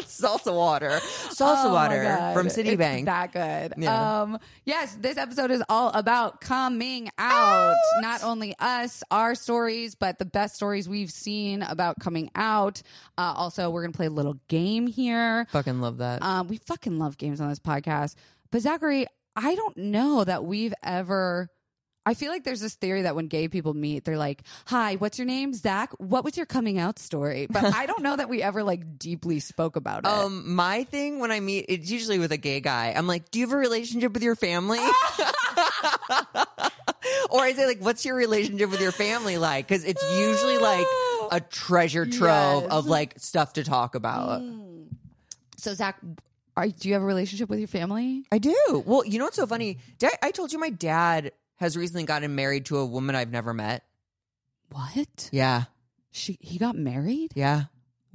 [SPEAKER 1] salsa
[SPEAKER 2] *gasps*
[SPEAKER 1] water, salsa
[SPEAKER 2] Oh my
[SPEAKER 1] water
[SPEAKER 2] God.
[SPEAKER 1] from
[SPEAKER 2] It's
[SPEAKER 1] Citibank.
[SPEAKER 2] that good.
[SPEAKER 1] Yeah.
[SPEAKER 2] Um, yes, this episode is all about coming out. Not only us, our stories, but the best stories we've seen about coming out. Uh, also, we're going to play a little game here.
[SPEAKER 1] Fucking love that.
[SPEAKER 2] Um, we fucking love games on this podcast. But Zachary, I don't know that we've ever.
[SPEAKER 3] I feel like there's this theory that when gay people meet, they're like, "Hi, what's your name, Zach? What was your coming out story?"
[SPEAKER 1] *laughs*
[SPEAKER 3] But I don't know that we ever like deeply spoke about it.
[SPEAKER 1] Um, my thing when I meet, it's usually with a gay guy. I'm like, do you have a relationship with your family? *laughs* or I say like, what's your relationship with your family like? Because it's usually like a treasure trove
[SPEAKER 3] Yes.
[SPEAKER 1] of like stuff to talk about.
[SPEAKER 3] so, Zach, are, do you have a relationship with your family?
[SPEAKER 1] I do. Well, you know what's so funny? Did I, I told you my dad has recently gotten married to a woman I've never met.
[SPEAKER 3] What?
[SPEAKER 1] Yeah,
[SPEAKER 3] She he got married?
[SPEAKER 1] yeah.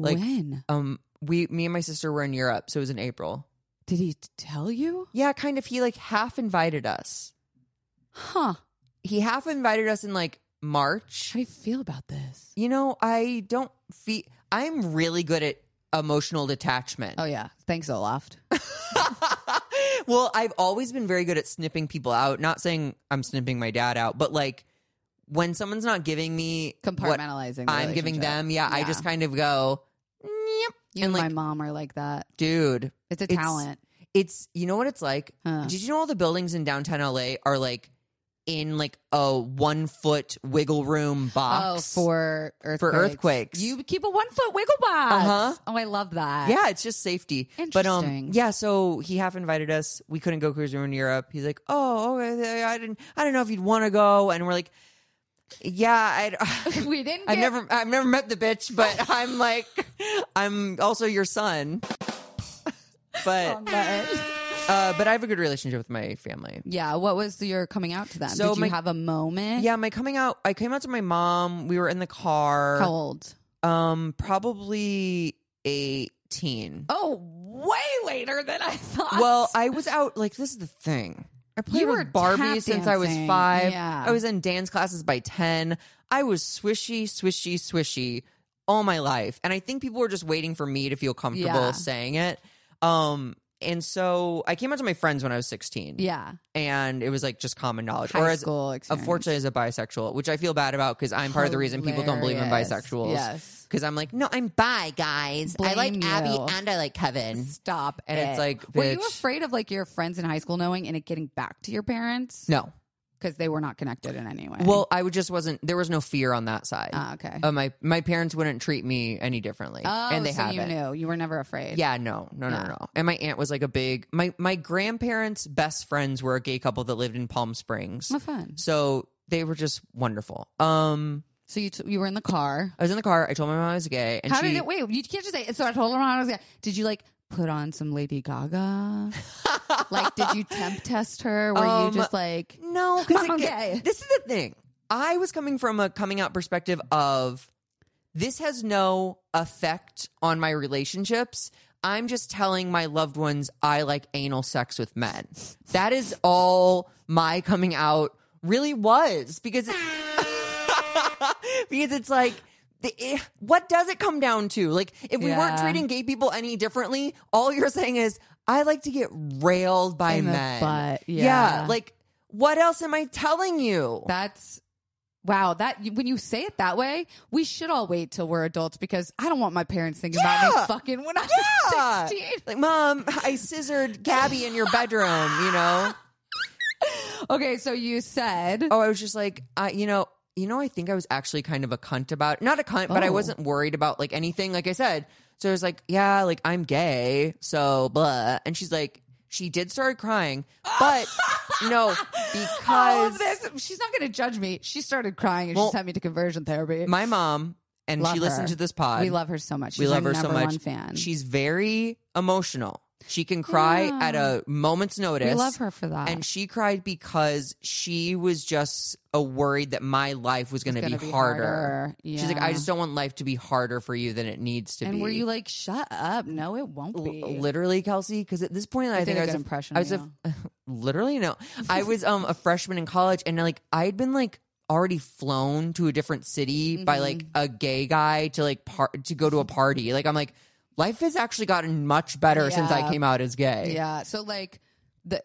[SPEAKER 1] Like,
[SPEAKER 3] when
[SPEAKER 1] Um, we, me and my sister were in Europe, so it was in April.
[SPEAKER 3] did he t- tell you?
[SPEAKER 1] Yeah, kind of. He like half invited us.
[SPEAKER 3] Huh?
[SPEAKER 1] He half invited us in like March.
[SPEAKER 3] How do you feel about this?
[SPEAKER 1] You know, I don't feel. I'm really good at emotional detachment.
[SPEAKER 3] Oh yeah, thanks *laughs* Olaf.
[SPEAKER 1] *laughs* well, I've always been very good at snipping people out. Not saying I'm snipping my dad out, but like when someone's not giving me what
[SPEAKER 3] Compartmentalizing. the
[SPEAKER 1] I'm giving
[SPEAKER 3] relationship.
[SPEAKER 1] them, yeah, I
[SPEAKER 3] Yeah.
[SPEAKER 1] just kind of go, yep.
[SPEAKER 3] You
[SPEAKER 1] and
[SPEAKER 3] and,
[SPEAKER 1] like,
[SPEAKER 3] my mom are like that.
[SPEAKER 1] dude,
[SPEAKER 3] It's a
[SPEAKER 1] it's-
[SPEAKER 3] talent.
[SPEAKER 1] it's you know what it's like.
[SPEAKER 3] Huh.
[SPEAKER 1] Did you know all the buildings in downtown LA are like in like a one foot wiggle room box?
[SPEAKER 3] Oh, for earthquakes.
[SPEAKER 1] earthquakes.
[SPEAKER 3] You keep a one foot wiggle box.
[SPEAKER 1] Uh-huh.
[SPEAKER 3] Oh, I love that.
[SPEAKER 1] Yeah, it's just safety. But um,
[SPEAKER 3] Interesting.
[SPEAKER 1] yeah. So he half invited us. We couldn't go because we were in Europe. He's like, "Oh, okay. I didn't. I don't know if you'd want to go." And we're like, "Yeah, I.
[SPEAKER 3] *laughs* We
[SPEAKER 1] *laughs*
[SPEAKER 3] didn't
[SPEAKER 1] I've
[SPEAKER 3] get-
[SPEAKER 1] never. I've never met the bitch, but
[SPEAKER 3] *laughs*
[SPEAKER 1] I'm like, I'm also your son. but uh, but I have a good relationship with my family.
[SPEAKER 3] Yeah. What was your coming out to them?
[SPEAKER 1] So
[SPEAKER 3] Did you
[SPEAKER 1] my-
[SPEAKER 3] have a moment?
[SPEAKER 1] Yeah, my coming out. I came out to my mom. We were in the car.
[SPEAKER 3] How old?
[SPEAKER 1] Um, probably eighteen.
[SPEAKER 3] Oh, way later than I thought.
[SPEAKER 1] Well, I was out. Like this is the thing. I played
[SPEAKER 3] You were
[SPEAKER 1] with Barbie
[SPEAKER 3] tap
[SPEAKER 1] since I was
[SPEAKER 3] dancing.
[SPEAKER 1] five.
[SPEAKER 3] Yeah.
[SPEAKER 1] I was in dance classes by ten. I was swishy, swishy, swishy all my life, and I think people were just waiting for me to feel comfortable
[SPEAKER 3] Yeah.
[SPEAKER 1] saying it. Um, and so I came out to my friends when I was sixteen.
[SPEAKER 3] yeah.
[SPEAKER 1] and it was like just common knowledge.
[SPEAKER 3] High
[SPEAKER 1] or as
[SPEAKER 3] school experience.
[SPEAKER 1] unfortunately as a bisexual, which I feel bad about because I'm part of the reason people don't believe in
[SPEAKER 3] Hilarious.
[SPEAKER 1] bisexuals.
[SPEAKER 3] Yes.
[SPEAKER 1] Because I'm like, no, I'm bi, guys. I
[SPEAKER 3] Blame
[SPEAKER 1] like Abby
[SPEAKER 3] you.
[SPEAKER 1] and I like Kevin.
[SPEAKER 3] Stop.
[SPEAKER 1] And it's
[SPEAKER 3] it.
[SPEAKER 1] like,
[SPEAKER 3] were you
[SPEAKER 1] bitch.
[SPEAKER 3] afraid of like your friends in high school knowing and it getting back to your parents?
[SPEAKER 1] No,
[SPEAKER 3] Because they were not connected in any way.
[SPEAKER 1] Well, I would just wasn't. There was no fear on that side.
[SPEAKER 3] Ah, okay.
[SPEAKER 1] Uh, my my parents wouldn't treat me any differently,
[SPEAKER 3] oh,
[SPEAKER 1] and they
[SPEAKER 3] so you
[SPEAKER 1] haven't.
[SPEAKER 3] knew. You were never afraid.
[SPEAKER 1] Yeah, no, no, no,
[SPEAKER 3] Yeah.
[SPEAKER 1] no. And my aunt was like a big. My my grandparents' best friends were a gay couple that lived in Palm Springs,
[SPEAKER 3] How fun.
[SPEAKER 1] so they were just wonderful. Um,
[SPEAKER 3] So you, t- you were in the car.
[SPEAKER 1] I was in the car. I told my mom I was gay, and
[SPEAKER 3] How
[SPEAKER 1] she.
[SPEAKER 3] did it? Wait, you can't just say. So I told her I was like, did you like put on some
[SPEAKER 1] *laughs*
[SPEAKER 3] Lady Gaga? like, did you temp test her? Were
[SPEAKER 1] Um,
[SPEAKER 3] you just like,
[SPEAKER 1] No, because
[SPEAKER 3] Mom, I'm gay.
[SPEAKER 1] this is the thing. I was coming from a coming out perspective of this has no effect on my relationships. I'm just telling my loved ones I like anal sex with men. That is all my coming out really was because *laughs* because it's like the, eh, what does it come down to? Like if we weren't
[SPEAKER 3] Yeah.
[SPEAKER 1] treating gay people any differently, all you're saying is I like to get railed by
[SPEAKER 3] In the
[SPEAKER 1] men.
[SPEAKER 3] butt, yeah.
[SPEAKER 1] like what else am I telling you?
[SPEAKER 3] that's wow. That when you say it that way, we should all wait till we're adults because I don't want my parents thinking about
[SPEAKER 1] Yeah.
[SPEAKER 3] me fucking when I
[SPEAKER 1] Yeah.
[SPEAKER 3] was sixteen.
[SPEAKER 1] Like, mom, I scissored Gabby in your bedroom, you
[SPEAKER 3] *laughs*
[SPEAKER 1] know?
[SPEAKER 3] Okay, so you said
[SPEAKER 1] Oh, I was just like, I, you know, you know, I think I was actually kind of a cunt about, not a cunt, but I
[SPEAKER 3] Oh.
[SPEAKER 1] wasn't worried about like anything, like I said. So I was like, yeah, like I'm gay, so blah. And she's like, she did start crying, but
[SPEAKER 3] *laughs*
[SPEAKER 1] no, because
[SPEAKER 3] all of this. She's not going to judge me. She started crying and
[SPEAKER 1] Well,
[SPEAKER 3] she sent me to conversion therapy.
[SPEAKER 1] my mom, and
[SPEAKER 3] Love
[SPEAKER 1] she listened to
[SPEAKER 3] her.
[SPEAKER 1] this pod.
[SPEAKER 3] we love her so much. She's
[SPEAKER 1] we love
[SPEAKER 3] our
[SPEAKER 1] her so
[SPEAKER 3] number
[SPEAKER 1] much.
[SPEAKER 3] One fan.
[SPEAKER 1] She's very emotional. She can cry
[SPEAKER 3] Yeah.
[SPEAKER 1] at a moment's notice.
[SPEAKER 3] we love her for that.
[SPEAKER 1] And she cried because she was just a worried that my life was going to be,
[SPEAKER 3] gonna be
[SPEAKER 1] harder.
[SPEAKER 3] harder.
[SPEAKER 1] She's like, I
[SPEAKER 3] Yeah.
[SPEAKER 1] just don't want life to be harder for you than it needs to
[SPEAKER 3] and
[SPEAKER 1] be.
[SPEAKER 3] were you like, shut up? No, it won't be.
[SPEAKER 1] L- literally, Kelsey? Because at this point, I,
[SPEAKER 3] did
[SPEAKER 1] think
[SPEAKER 3] a
[SPEAKER 1] I was
[SPEAKER 3] good
[SPEAKER 1] a-
[SPEAKER 3] impression
[SPEAKER 1] I
[SPEAKER 3] of
[SPEAKER 1] was a, *laughs* literally no.
[SPEAKER 3] *laughs*
[SPEAKER 1] I was um a freshman in college, and like I had been like already flown to a different city by
[SPEAKER 3] Mm-hmm.
[SPEAKER 1] like a gay guy to like par- to go to a party. Like I'm like, life has actually gotten much better since I
[SPEAKER 3] Yeah.
[SPEAKER 1] came out as gay.
[SPEAKER 3] yeah. So like the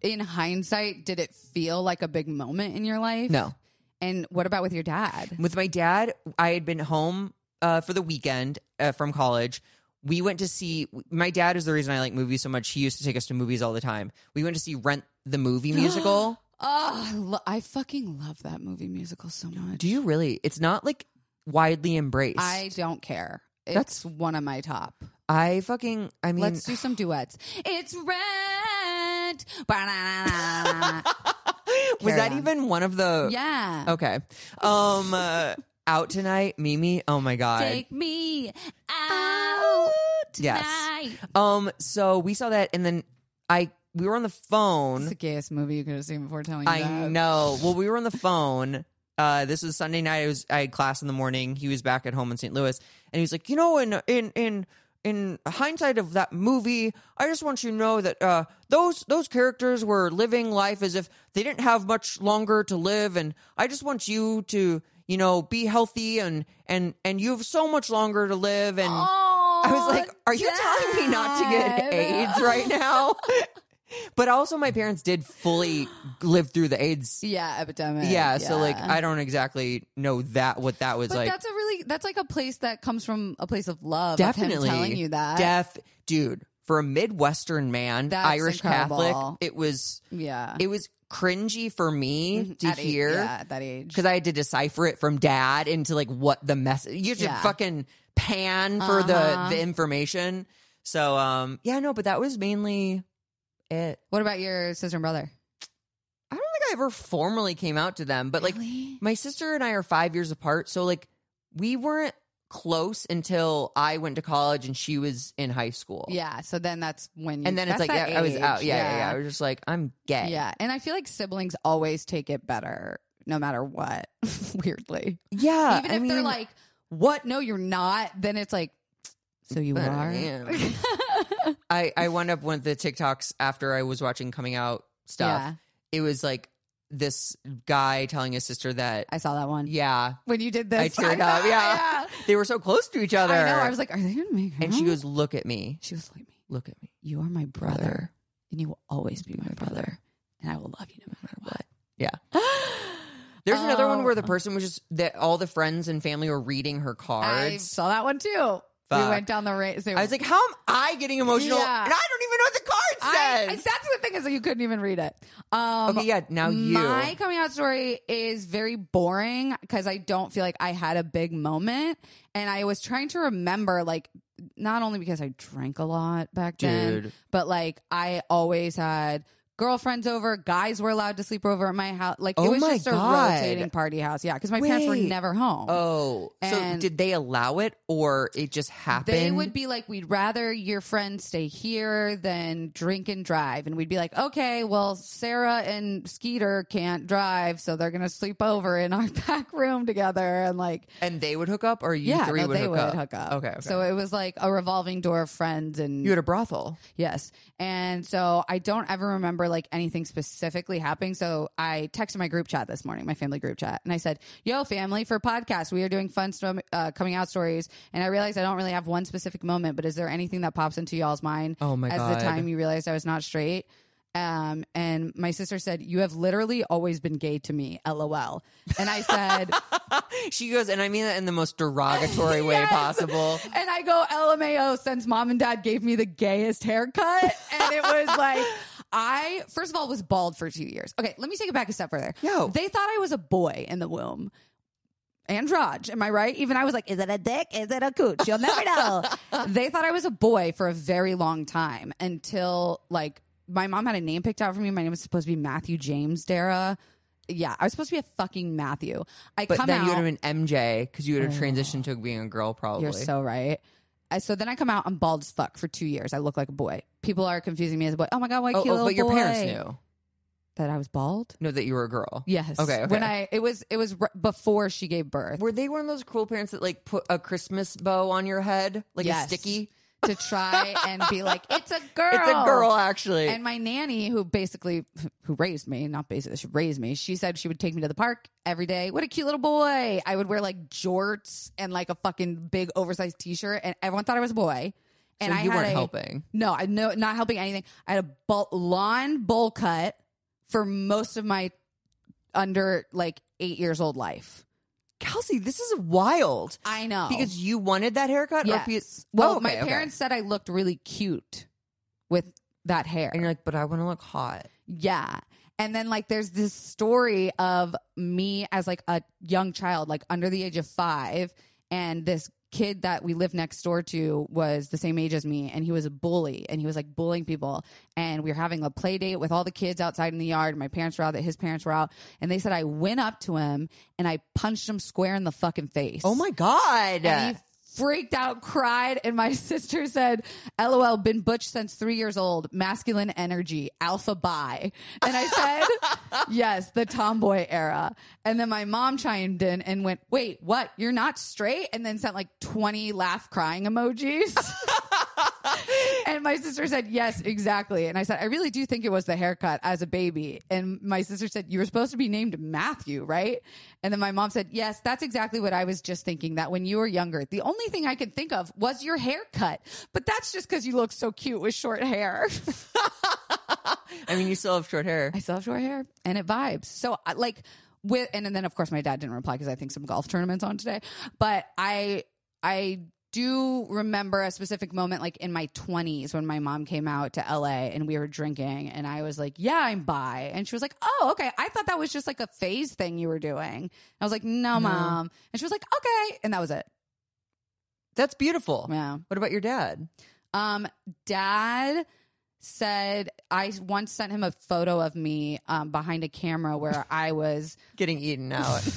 [SPEAKER 3] in hindsight, did it feel like a big moment in your life?
[SPEAKER 1] No.
[SPEAKER 3] And what about with your dad?
[SPEAKER 1] With my dad, I had been home uh, for the weekend uh, from college. We went to see. My
[SPEAKER 3] *gasps*
[SPEAKER 1] dad is the reason I like movies so much. He used to take us to movies all the time. We went to see Rent the Movie musical.
[SPEAKER 3] Oh, I lo- I fucking love that movie musical so much.
[SPEAKER 1] Ah, Do you really? It's not like widely embraced.
[SPEAKER 3] I don't care. It's
[SPEAKER 1] That's-
[SPEAKER 3] one of my top.
[SPEAKER 1] I fucking. I mean,
[SPEAKER 3] Let's do some duets. It's red. Ba-na-na-na-na.
[SPEAKER 1] *laughs* *laughs* was
[SPEAKER 3] Carry
[SPEAKER 1] that
[SPEAKER 3] on.
[SPEAKER 1] even one of the?
[SPEAKER 3] yeah.
[SPEAKER 1] Okay. Um. uh, out tonight, Mimi. Oh my god.
[SPEAKER 3] Take me out
[SPEAKER 1] Yes.
[SPEAKER 3] tonight.
[SPEAKER 1] Um. So we saw that, and then I we were on the phone.
[SPEAKER 3] It's the gayest movie you could have seen before telling me
[SPEAKER 1] I
[SPEAKER 3] that.
[SPEAKER 1] know.
[SPEAKER 3] *laughs*
[SPEAKER 1] Well, we were on the phone. Uh, this was Sunday night. I was I had class in the morning. He was back at home in St. Louis, and he was like, you know, in in in in hindsight of that movie, I just want you to know that uh, those those characters were living life as if they didn't have much longer to live, and I just want you to you know be healthy and and and you have so much longer to live and. I was like,
[SPEAKER 3] Oh,
[SPEAKER 1] are you telling me not to get
[SPEAKER 3] Dad.
[SPEAKER 1] AIDS right
[SPEAKER 3] *laughs*
[SPEAKER 1] now? but also, my parents did fully live through the AIDS.
[SPEAKER 3] Yeah, epidemic.
[SPEAKER 1] Yeah, so like, I don't exactly know that what that was
[SPEAKER 3] But
[SPEAKER 1] like.
[SPEAKER 3] that's a really that's like a place that comes from a place of love. of him
[SPEAKER 1] Definitely
[SPEAKER 3] telling you that.
[SPEAKER 1] Def, dude, for a Midwestern man,
[SPEAKER 3] That's
[SPEAKER 1] Irish Catholic,
[SPEAKER 3] incredible.
[SPEAKER 1] it was
[SPEAKER 3] yeah,
[SPEAKER 1] it was cringy for me to
[SPEAKER 3] Mm-hmm, At eight-
[SPEAKER 1] hear.
[SPEAKER 3] yeah, at that age.
[SPEAKER 1] because I had to decipher it from dad into like what the message. You should
[SPEAKER 3] Yeah.
[SPEAKER 1] fucking pan for
[SPEAKER 3] Uh-huh.
[SPEAKER 1] the the information. So um, yeah, no, but that was mainly it.
[SPEAKER 3] What about your sister and brother?
[SPEAKER 1] I don't think I ever formally came out to them, but like
[SPEAKER 3] Really?
[SPEAKER 1] my sister and I are five years apart, so like we weren't close until I went to college and she was in high school.
[SPEAKER 3] Yeah. So then that's when, you,
[SPEAKER 1] and then it's
[SPEAKER 3] that's
[SPEAKER 1] like
[SPEAKER 3] that
[SPEAKER 1] yeah, I was
[SPEAKER 3] age,
[SPEAKER 1] out. Yeah, yeah, yeah, I was just like I'm
[SPEAKER 3] yeah.
[SPEAKER 1] gay.
[SPEAKER 3] And I feel like siblings always take it better, no matter what. *laughs* Weirdly,
[SPEAKER 1] yeah.
[SPEAKER 3] even
[SPEAKER 1] I
[SPEAKER 3] if they're
[SPEAKER 1] mean,
[SPEAKER 3] like, "What? No, you're not." Then it's like, "So you
[SPEAKER 1] But
[SPEAKER 3] are."
[SPEAKER 1] I
[SPEAKER 3] *laughs*
[SPEAKER 1] am. *laughs* I I wound up one of the TikToks after I was watching coming out stuff.
[SPEAKER 3] Yeah.
[SPEAKER 1] It was like this guy telling his sister that
[SPEAKER 3] I saw that one
[SPEAKER 1] yeah
[SPEAKER 3] when you did this.
[SPEAKER 1] I
[SPEAKER 3] *laughs*
[SPEAKER 1] teared up.
[SPEAKER 3] know,
[SPEAKER 1] Yeah. they were so close to each other.
[SPEAKER 3] I know. I was like, "Hmm?" "Are they gonna make?" her
[SPEAKER 1] and she
[SPEAKER 3] mad?"
[SPEAKER 1] goes, "Look at me,
[SPEAKER 3] "She was like me."
[SPEAKER 1] look at me,
[SPEAKER 3] You are my brother,
[SPEAKER 1] brother."
[SPEAKER 3] and you will always be my brother, and I will love you no matter what.
[SPEAKER 1] Yeah. There's another one
[SPEAKER 3] Oh.
[SPEAKER 1] where the person was just that all the friends and family were reading her
[SPEAKER 3] I
[SPEAKER 1] cards.
[SPEAKER 3] saw that one too. We
[SPEAKER 1] Fuck.
[SPEAKER 3] went down the race.
[SPEAKER 1] I, was like, how am I getting emotional?
[SPEAKER 3] Yeah.
[SPEAKER 1] And I don't even know what the card
[SPEAKER 3] I,
[SPEAKER 1] says.
[SPEAKER 3] that's the thing is that you couldn't even read it. Um,
[SPEAKER 1] okay, yeah. Now you.
[SPEAKER 3] My coming out story is very boring because I don't feel like I had a big moment, and I was trying to remember like not only because I drank a lot back then,
[SPEAKER 1] Dude.
[SPEAKER 3] but like I always had girlfriends over, guys were allowed to sleep over at my house. Like
[SPEAKER 1] Oh
[SPEAKER 3] it was
[SPEAKER 1] my
[SPEAKER 3] just
[SPEAKER 1] God.
[SPEAKER 3] a rotating party house. Yeah, because my parents were
[SPEAKER 1] Wait.
[SPEAKER 3] never home.
[SPEAKER 1] Oh, so
[SPEAKER 3] And-
[SPEAKER 1] did they allow it or it just happened?
[SPEAKER 3] They would be like, we'd rather your friends stay here than drink and drive. And we'd be like, okay, well, Sarah and Skeeter can't drive, so they're going to sleep over in our *laughs* back room together. And like,
[SPEAKER 1] and they would hook up, or you
[SPEAKER 3] yeah,
[SPEAKER 1] three
[SPEAKER 3] no,
[SPEAKER 1] would,
[SPEAKER 3] they
[SPEAKER 1] hook,
[SPEAKER 3] would
[SPEAKER 1] up?
[SPEAKER 3] hook up.
[SPEAKER 1] Okay, okay.
[SPEAKER 3] So it was like a revolving door of friends. And
[SPEAKER 1] you had a brothel.
[SPEAKER 3] Yes. And so I don't ever remember like anything specifically happening. So I texted my group chat this morning, my family group chat, and I said, Yo, family, for podcast, we are doing fun sto- uh, coming out stories. And I realized I don't really have one specific moment, but is there anything that pops into y'all's mind
[SPEAKER 1] Oh my
[SPEAKER 3] as
[SPEAKER 1] God.
[SPEAKER 3] the time you realized I was not straight? Um, and my sister said, You have literally always been gay to me, lol. And I said,
[SPEAKER 1] *laughs* She goes, and I mean that in the most derogatory way
[SPEAKER 3] Yes.
[SPEAKER 1] possible.
[SPEAKER 3] *laughs* And I go, LMAO, since mom and dad gave me the gayest haircut. And
[SPEAKER 1] *laughs*
[SPEAKER 3] it was like, I, first of all, was bald for two years. Okay, let me take it back a step further.
[SPEAKER 1] Yo.
[SPEAKER 3] They thought I was a boy in the womb. Androg, am I right? Even I was like, is it a dick? Is it a cooch?
[SPEAKER 1] *laughs*
[SPEAKER 3] You'll never know. they thought I was a boy for a very long time until, like, my mom had a name picked out for me. My name was supposed to be Matthew James Dara. Yeah, I was supposed to be a fucking Matthew. I
[SPEAKER 1] But
[SPEAKER 3] come
[SPEAKER 1] then
[SPEAKER 3] out.
[SPEAKER 1] you would have been MJ because you would have transitioned to being a girl, probably.
[SPEAKER 3] You're so right. Uh, So then I come out, I'm bald as fuck for two years. I look like a boy. People are confusing me as a boy. Oh my god, why
[SPEAKER 1] oh,
[SPEAKER 3] cute
[SPEAKER 1] oh,
[SPEAKER 3] little
[SPEAKER 1] but your
[SPEAKER 3] boy.
[SPEAKER 1] parents knew.
[SPEAKER 3] that I was bald.
[SPEAKER 1] Know that you were a girl.
[SPEAKER 3] Yes.
[SPEAKER 1] Okay, okay.
[SPEAKER 3] When I it was it was r- before she gave birth
[SPEAKER 1] Were they one of those cruel parents that like put a Christmas bow on your head, like
[SPEAKER 3] Yes.
[SPEAKER 1] a sticky?
[SPEAKER 3] to try and
[SPEAKER 1] *laughs*
[SPEAKER 3] be like it's a girl.
[SPEAKER 1] It's a girl, actually.
[SPEAKER 3] And my nanny, who basically who raised me, not basically she raised me, she said she would take me to the park every day. What a cute little boy! I would wear like jorts and like a fucking big oversized T-shirt, and everyone thought I was a boy. And
[SPEAKER 1] so
[SPEAKER 3] I
[SPEAKER 1] you
[SPEAKER 3] had
[SPEAKER 1] weren't
[SPEAKER 3] a,
[SPEAKER 1] helping.
[SPEAKER 3] No, I no not helping anything. I had a bul- lawn bowl cut for most of my under like eight years old life.
[SPEAKER 1] Kelsey, this is wild.
[SPEAKER 3] I know
[SPEAKER 1] Because you wanted that haircut?
[SPEAKER 3] yes.
[SPEAKER 1] Or because,
[SPEAKER 3] well,
[SPEAKER 1] Oh, okay,
[SPEAKER 3] my
[SPEAKER 1] okay.
[SPEAKER 3] parents said I looked really cute with that hair.
[SPEAKER 1] And you're like, but I want to look hot.
[SPEAKER 3] yeah, And then like there's this story of me as like a young child, like under the age of five, and this kid that we lived next door to was the same age as me and he was a bully and he was like bullying people and we were having a play date with all the kids outside in the yard my parents were out that his parents were out and they said i went up to him and i punched him square in the fucking face
[SPEAKER 1] Oh my god.
[SPEAKER 3] and he freaked out, cried, and my *laughs* sister said, "LOL, been butch since three years old, masculine energy, alpha bi." And I said, "Yes, the tomboy era." And then my mom chimed in and went, "Wait, what? You're not straight?" And then sent like twenty laugh crying emojis. *laughs* And my sister said, Yes, exactly. And I said, I really do think it was the haircut as a baby. And my sister said, You were supposed to be named Matthew, right? And then my mom said, Yes, that's exactly what I was just thinking that when you were younger, the only thing I could think of was your haircut. But that's just because you look so cute with short hair. *laughs*
[SPEAKER 1] I mean, you still have short hair.
[SPEAKER 3] I still have short hair and it vibes. So I- like with and, and then of course my dad didn't reply because I think some golf tournaments on today. But I I do remember a specific moment like in my 20s when my mom came out to LA and we were drinking and I was like, "Yeah, I'm bi." And she was like, "Oh, okay. I thought that was just like a phase thing you were doing." And I was like, "No,
[SPEAKER 1] No.
[SPEAKER 3] mom." And she was like, "Okay." And that was it.
[SPEAKER 1] *laughs* That's beautiful.
[SPEAKER 3] Yeah.
[SPEAKER 1] What about your dad?
[SPEAKER 3] Um, dad said I once sent him a photo of me um, behind a camera where I was
[SPEAKER 1] Getting eaten out.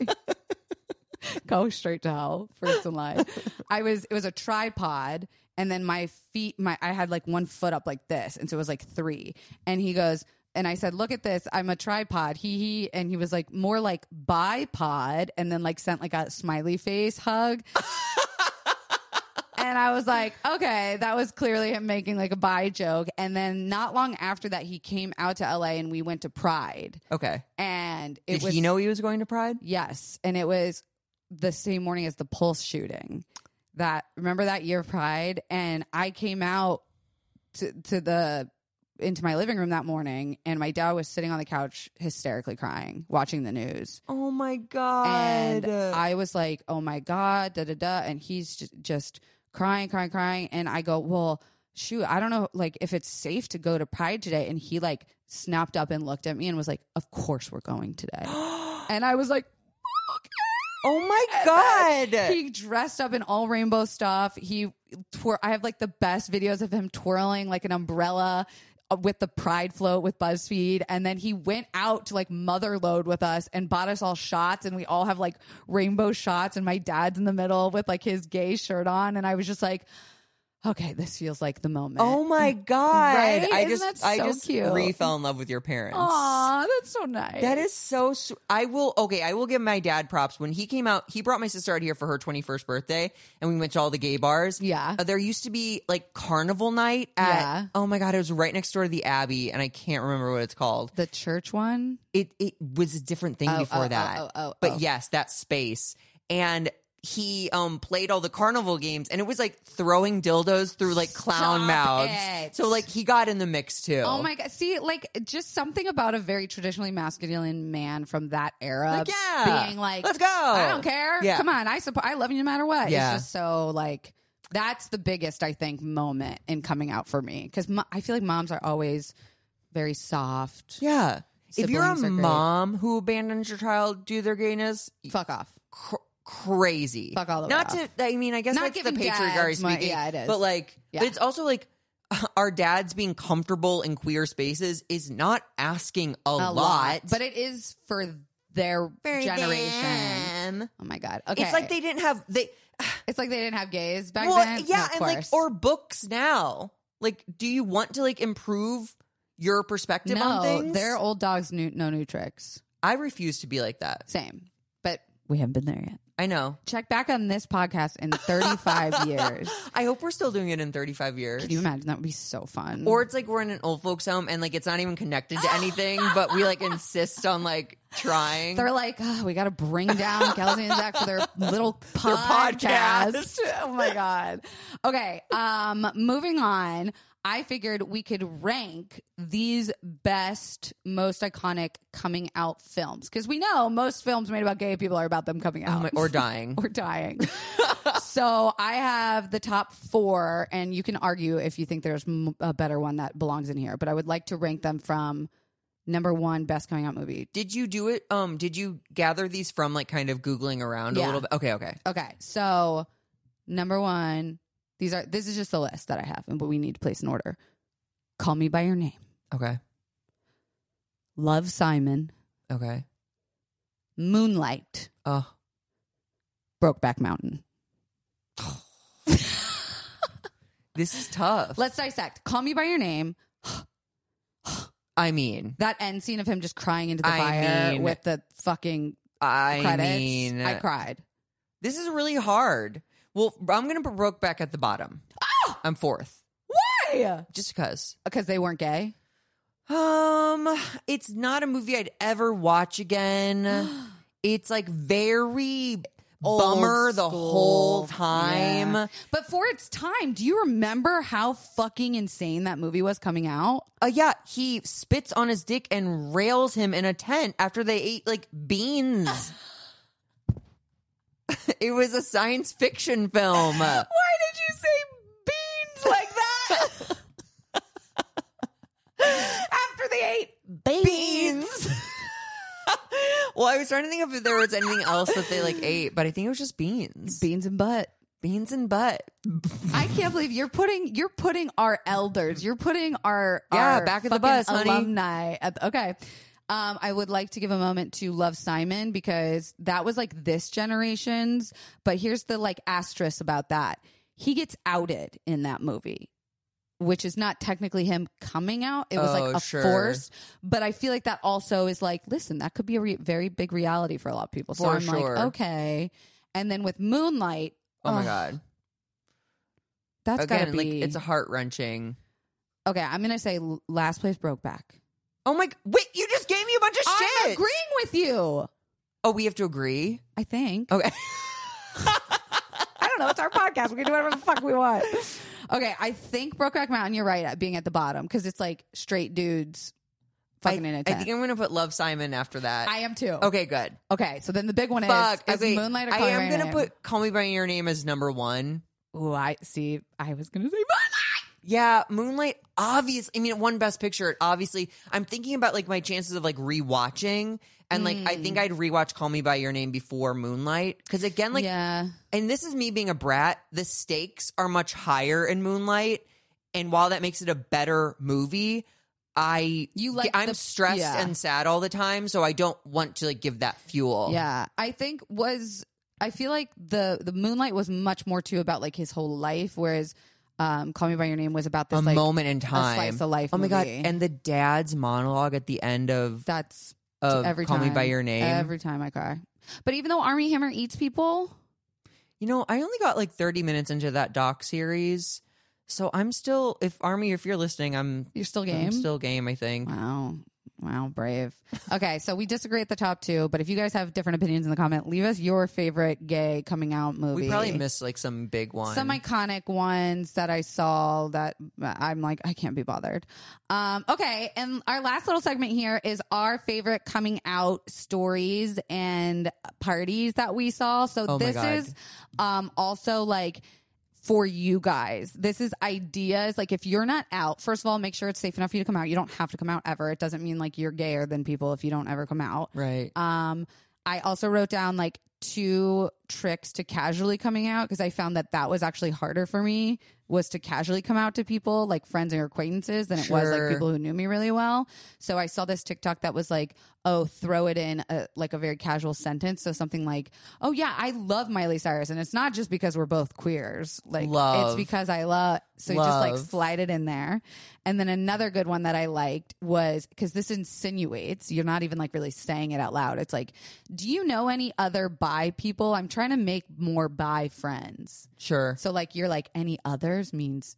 [SPEAKER 1] *laughs*
[SPEAKER 3] go straight to hell first and life. I was it was a tripod and then my feet my I had like one foot up like this and so it was like three and he goes and I said look at this I'm a tripod he he and he was like more like bipod and then like sent like a smiley face hug. And I was like, okay, that was clearly him making like a bi joke. And then not long after that, he came out to LA and we went to Pride.
[SPEAKER 1] Okay.
[SPEAKER 3] And it
[SPEAKER 1] Did
[SPEAKER 3] was
[SPEAKER 1] he know he was going to Pride?
[SPEAKER 3] Yes, and it was the same morning as the Pulse shooting. That remember that year of Pride, and I came out to, to the into my living room that morning, and my dad was sitting on the couch hysterically crying, watching the news,
[SPEAKER 1] Oh my god.
[SPEAKER 3] and I was like, "Oh my god, da da da," and he's just, just crying, crying, crying, and I go, "Well." Shoot, I don't know, like if it's safe to go to Pride today. And he like snapped up and looked at me and was like, "Of course we're going today." and I was like,
[SPEAKER 1] oh *laughs* my
[SPEAKER 3] And
[SPEAKER 1] god.
[SPEAKER 3] he dressed up in all rainbow stuff. He twir- I have like the best videos of him twirling like an umbrella uh, with the pride float with BuzzFeed and then he went out to like motherload with us and bought us all shots and we all have like rainbow shots and my dad's in the middle with like his gay shirt on and I was just like okay this feels like the moment.
[SPEAKER 1] Oh *laughs* my god!
[SPEAKER 3] Right?
[SPEAKER 1] I
[SPEAKER 3] Isn't
[SPEAKER 1] just,
[SPEAKER 3] that
[SPEAKER 1] I
[SPEAKER 3] so
[SPEAKER 1] just
[SPEAKER 3] cute?
[SPEAKER 1] re fell in love with your parents.
[SPEAKER 3] Aw, that's so nice.
[SPEAKER 1] That is so. Su- I will. Okay, I will give my dad props. When he came out, he brought my sister out here for her twenty first birthday, and we went to all the gay bars.
[SPEAKER 3] Yeah.
[SPEAKER 1] Uh, there used to be like carnival night at.
[SPEAKER 3] Yeah.
[SPEAKER 1] Oh my god, it was right next door to the Abbey, and I can't remember what it's called.
[SPEAKER 3] the church one.
[SPEAKER 1] It it was a different thing
[SPEAKER 3] Oh,
[SPEAKER 1] before
[SPEAKER 3] oh,
[SPEAKER 1] that.
[SPEAKER 3] oh, oh, oh,
[SPEAKER 1] but
[SPEAKER 3] oh.
[SPEAKER 1] yes, that space and. He um played all the carnival games and it was like throwing dildos through like clown
[SPEAKER 3] Stop
[SPEAKER 1] mouths.
[SPEAKER 3] it.
[SPEAKER 1] So like he got in the mix too.
[SPEAKER 3] Oh my god! See, like just something about a very traditionally masculine man from that era,
[SPEAKER 1] Like, yeah.
[SPEAKER 3] being like,
[SPEAKER 1] Let's go.
[SPEAKER 3] I don't care.
[SPEAKER 1] Yeah.
[SPEAKER 3] Come on, I support. I love you no matter what.
[SPEAKER 1] Yeah.
[SPEAKER 3] It's just so like that's the biggest I think moment in coming out for me because I feel like moms are always very soft.
[SPEAKER 1] Yeah. if you're a
[SPEAKER 3] Siblings are great.
[SPEAKER 1] mom who abandons your child due to their gayness,
[SPEAKER 3] Fuck off.
[SPEAKER 1] cr- crazy.
[SPEAKER 3] Fuck all the way
[SPEAKER 1] Not
[SPEAKER 3] off.
[SPEAKER 1] to. I mean, I guess
[SPEAKER 3] Not
[SPEAKER 1] that's the
[SPEAKER 3] giving dads
[SPEAKER 1] patriarchy
[SPEAKER 3] my-
[SPEAKER 1] speaking.
[SPEAKER 3] yeah, it is.
[SPEAKER 1] But like,
[SPEAKER 3] Yeah.
[SPEAKER 1] it's also like *laughs* our dads being comfortable in queer spaces is not asking a, lot.
[SPEAKER 3] but it is for their generation.
[SPEAKER 1] them.
[SPEAKER 3] Oh my god! Okay,
[SPEAKER 1] It's like they didn't have they.
[SPEAKER 3] it's like they didn't have gays back
[SPEAKER 1] well,
[SPEAKER 3] then.
[SPEAKER 1] yeah,
[SPEAKER 3] of
[SPEAKER 1] and like
[SPEAKER 3] course.
[SPEAKER 1] or books now. Like, do you want to like improve your perspective on
[SPEAKER 3] no,
[SPEAKER 1] things?
[SPEAKER 3] they're old dogs. New, no new tricks.
[SPEAKER 1] I refuse to be like that.
[SPEAKER 3] Same. But we haven't been there yet.
[SPEAKER 1] I know.
[SPEAKER 3] Check back on this podcast in *laughs* 35 years.
[SPEAKER 1] I hope we're still doing it in 35 years.
[SPEAKER 3] Can you imagine? That would be so fun.
[SPEAKER 1] Or it's like we're in an old folks home and like it's not even connected
[SPEAKER 3] *laughs*
[SPEAKER 1] to anything, but we like insist on like trying.
[SPEAKER 3] they're like, oh, we got to bring *laughs* down Kelsey and Zach for their little podcast. *laughs*
[SPEAKER 1] podcast.
[SPEAKER 3] oh my God. Okay. Um, moving on. I figured we could rank these best, most iconic coming out films because we know most films made about gay people are about them coming out
[SPEAKER 1] Oh my- or dying.
[SPEAKER 3] *laughs*
[SPEAKER 1] *laughs*
[SPEAKER 3] or dying. so I have the top four, and you can argue if you think there's m- a better one that belongs in here. But I would like to rank them from number one best coming out movie.
[SPEAKER 1] did you do it? Um, did you gather these from like kind of googling around a
[SPEAKER 3] Yeah.
[SPEAKER 1] little bit? Okay, okay.
[SPEAKER 3] Okay, so number one, these are this is just the list that I have, and but we need to place an order. Call me by your name.
[SPEAKER 1] Okay.
[SPEAKER 3] Love Simon.
[SPEAKER 1] Okay.
[SPEAKER 3] Moonlight.
[SPEAKER 1] Oh.
[SPEAKER 3] Brokeback Mountain.
[SPEAKER 1] This is tough.
[SPEAKER 3] Let's dissect. Call me by your name.
[SPEAKER 1] I mean,
[SPEAKER 3] That end scene of him just crying into the
[SPEAKER 1] I
[SPEAKER 3] fire
[SPEAKER 1] mean-
[SPEAKER 3] with the fucking
[SPEAKER 1] I
[SPEAKER 3] credits.
[SPEAKER 1] mean,
[SPEAKER 3] I cried.
[SPEAKER 1] this is really hard. Well, I'm gonna put broke back at the bottom. I'm fourth,
[SPEAKER 3] Oh! Why?
[SPEAKER 1] just because.
[SPEAKER 3] Because they weren't gay.
[SPEAKER 1] Um, it's not a movie I'd ever watch again. it's like very bummer the whole time.
[SPEAKER 3] But for its time, do you remember how fucking insane that movie was coming out?
[SPEAKER 1] Uh, yeah, he spits on his dick and rails him in a tent after they ate like beans. *laughs* it was a science fiction film.
[SPEAKER 3] Why did you say beans like that? *laughs* After they ate
[SPEAKER 1] beans. *laughs* well, I was trying to think of if there was anything else that they like ate, but I think it was just beans.
[SPEAKER 3] beans and butt.
[SPEAKER 1] beans and butt.
[SPEAKER 3] I can't believe you're putting you're putting our elders, you're putting our
[SPEAKER 1] Yeah,
[SPEAKER 3] our
[SPEAKER 1] back at the
[SPEAKER 3] fucking
[SPEAKER 1] bus, honey.
[SPEAKER 3] alumni. At the, okay, um, I would like to give a moment to Love Simon because that was like this generation's. But here's the like asterisk about that: he gets outed in that movie. Which is not technically him coming out. It was like
[SPEAKER 1] Oh,
[SPEAKER 3] a
[SPEAKER 1] sure.
[SPEAKER 3] force, but I feel like that also is like, listen, that could be a re- very big reality for a lot of people. So
[SPEAKER 1] For
[SPEAKER 3] I'm
[SPEAKER 1] sure.
[SPEAKER 3] like, okay. And then with Moonlight,
[SPEAKER 1] Oh my
[SPEAKER 3] ugh,
[SPEAKER 1] god.
[SPEAKER 3] that's
[SPEAKER 1] Again,
[SPEAKER 3] gotta be
[SPEAKER 1] like it's a heart wrenching.
[SPEAKER 3] Okay, I'm gonna say l- last place broke back.
[SPEAKER 1] Oh my wait, you just gave me a bunch of shit.
[SPEAKER 3] I'm agreeing with you.
[SPEAKER 1] Oh, we have to agree?
[SPEAKER 3] I think.
[SPEAKER 1] Okay.
[SPEAKER 3] I don't know. It's our podcast. We can do whatever the fuck we want. Okay, I think Brokeback Mountain. You're right at being at the bottom because it's like straight dudes fucking
[SPEAKER 1] I,
[SPEAKER 3] in a
[SPEAKER 1] I
[SPEAKER 3] tent. I,
[SPEAKER 1] think I'm gonna put Love Simon after that.
[SPEAKER 3] am too. Okay.
[SPEAKER 1] okay, good.
[SPEAKER 3] so then the big one
[SPEAKER 1] Fuck.
[SPEAKER 3] is, is
[SPEAKER 1] wait,
[SPEAKER 3] Moonlight. Or
[SPEAKER 1] I
[SPEAKER 3] Call Me
[SPEAKER 1] am
[SPEAKER 3] By Your
[SPEAKER 1] gonna
[SPEAKER 3] Name?
[SPEAKER 1] put Call Me by Your Name as number one.
[SPEAKER 3] Ooh, I see. I was gonna say Moonlight.
[SPEAKER 1] Yeah, Moonlight. Obviously, I mean, it won Best Picture. It Obviously, I'm thinking about like my chances of like rewatching, and like I
[SPEAKER 3] Hmm.
[SPEAKER 1] think I'd rewatch Call Me by Your Name before Moonlight because again, like,
[SPEAKER 3] yeah,
[SPEAKER 1] and this is me being a brat. The stakes are much higher in Moonlight, and while that makes it a better movie, I
[SPEAKER 3] You like
[SPEAKER 1] I'm
[SPEAKER 3] the-
[SPEAKER 1] stressed
[SPEAKER 3] yeah.
[SPEAKER 1] and sad all the time, so I don't want to like give that fuel.
[SPEAKER 3] yeah. I think was. I feel like the the Moonlight was much more too about like his whole life, whereas um, Call Me by Your Name was about this
[SPEAKER 1] a
[SPEAKER 3] like
[SPEAKER 1] moment in time,
[SPEAKER 3] slice of life
[SPEAKER 1] Oh my god!
[SPEAKER 3] movie.
[SPEAKER 1] And the dad's monologue at the end of
[SPEAKER 3] That's
[SPEAKER 1] of
[SPEAKER 3] every
[SPEAKER 1] Call
[SPEAKER 3] time.
[SPEAKER 1] Me by Your Name.
[SPEAKER 3] Every time I cry. But even though Army Hammer eats people,
[SPEAKER 1] You know, I only got like 30 minutes into that doc series. So I'm still, if Army, if you're listening, I'm,
[SPEAKER 3] you're still
[SPEAKER 1] I'm
[SPEAKER 3] game.
[SPEAKER 1] still game, I think.
[SPEAKER 3] wow. Wow, brave. Okay, so we disagree at the top two, but if you guys have different opinions in the comment, leave us your favorite gay coming out movie.
[SPEAKER 1] We probably missed like some big one.
[SPEAKER 3] some iconic ones that I saw that I'm like, I can't be bothered. Um, okay, and our last little segment here is our favorite coming out stories and parties that we saw. So
[SPEAKER 1] Oh my
[SPEAKER 3] this
[SPEAKER 1] God.
[SPEAKER 3] is um, also like for you guys. This is ideas. Like if you're not out, first of all, make sure it's safe enough for you to come out. You don't have to come out ever. It doesn't mean like you're gayer than people if you don't ever come out.
[SPEAKER 1] right.
[SPEAKER 3] Um, I also wrote down like two tricks to casually coming out because I found that that was actually harder for me was to casually come out to people like friends or acquaintances than it was
[SPEAKER 1] Sure.
[SPEAKER 3] like people who knew me really well. So I saw this TikTok that was like, oh, throw it in a, like a very casual sentence. So something like, oh yeah, I love Miley Cyrus, and it's not just because we're both queers. Like
[SPEAKER 1] Love.
[SPEAKER 3] it's because I love. So you just like
[SPEAKER 1] Love.
[SPEAKER 3] slide it in there. And then another good one that I liked was because this insinuates you're not even like really saying it out loud. It's like, do you know any other bi people? I'm trying to make more bi friends.
[SPEAKER 1] Sure.
[SPEAKER 3] So like you're like any others means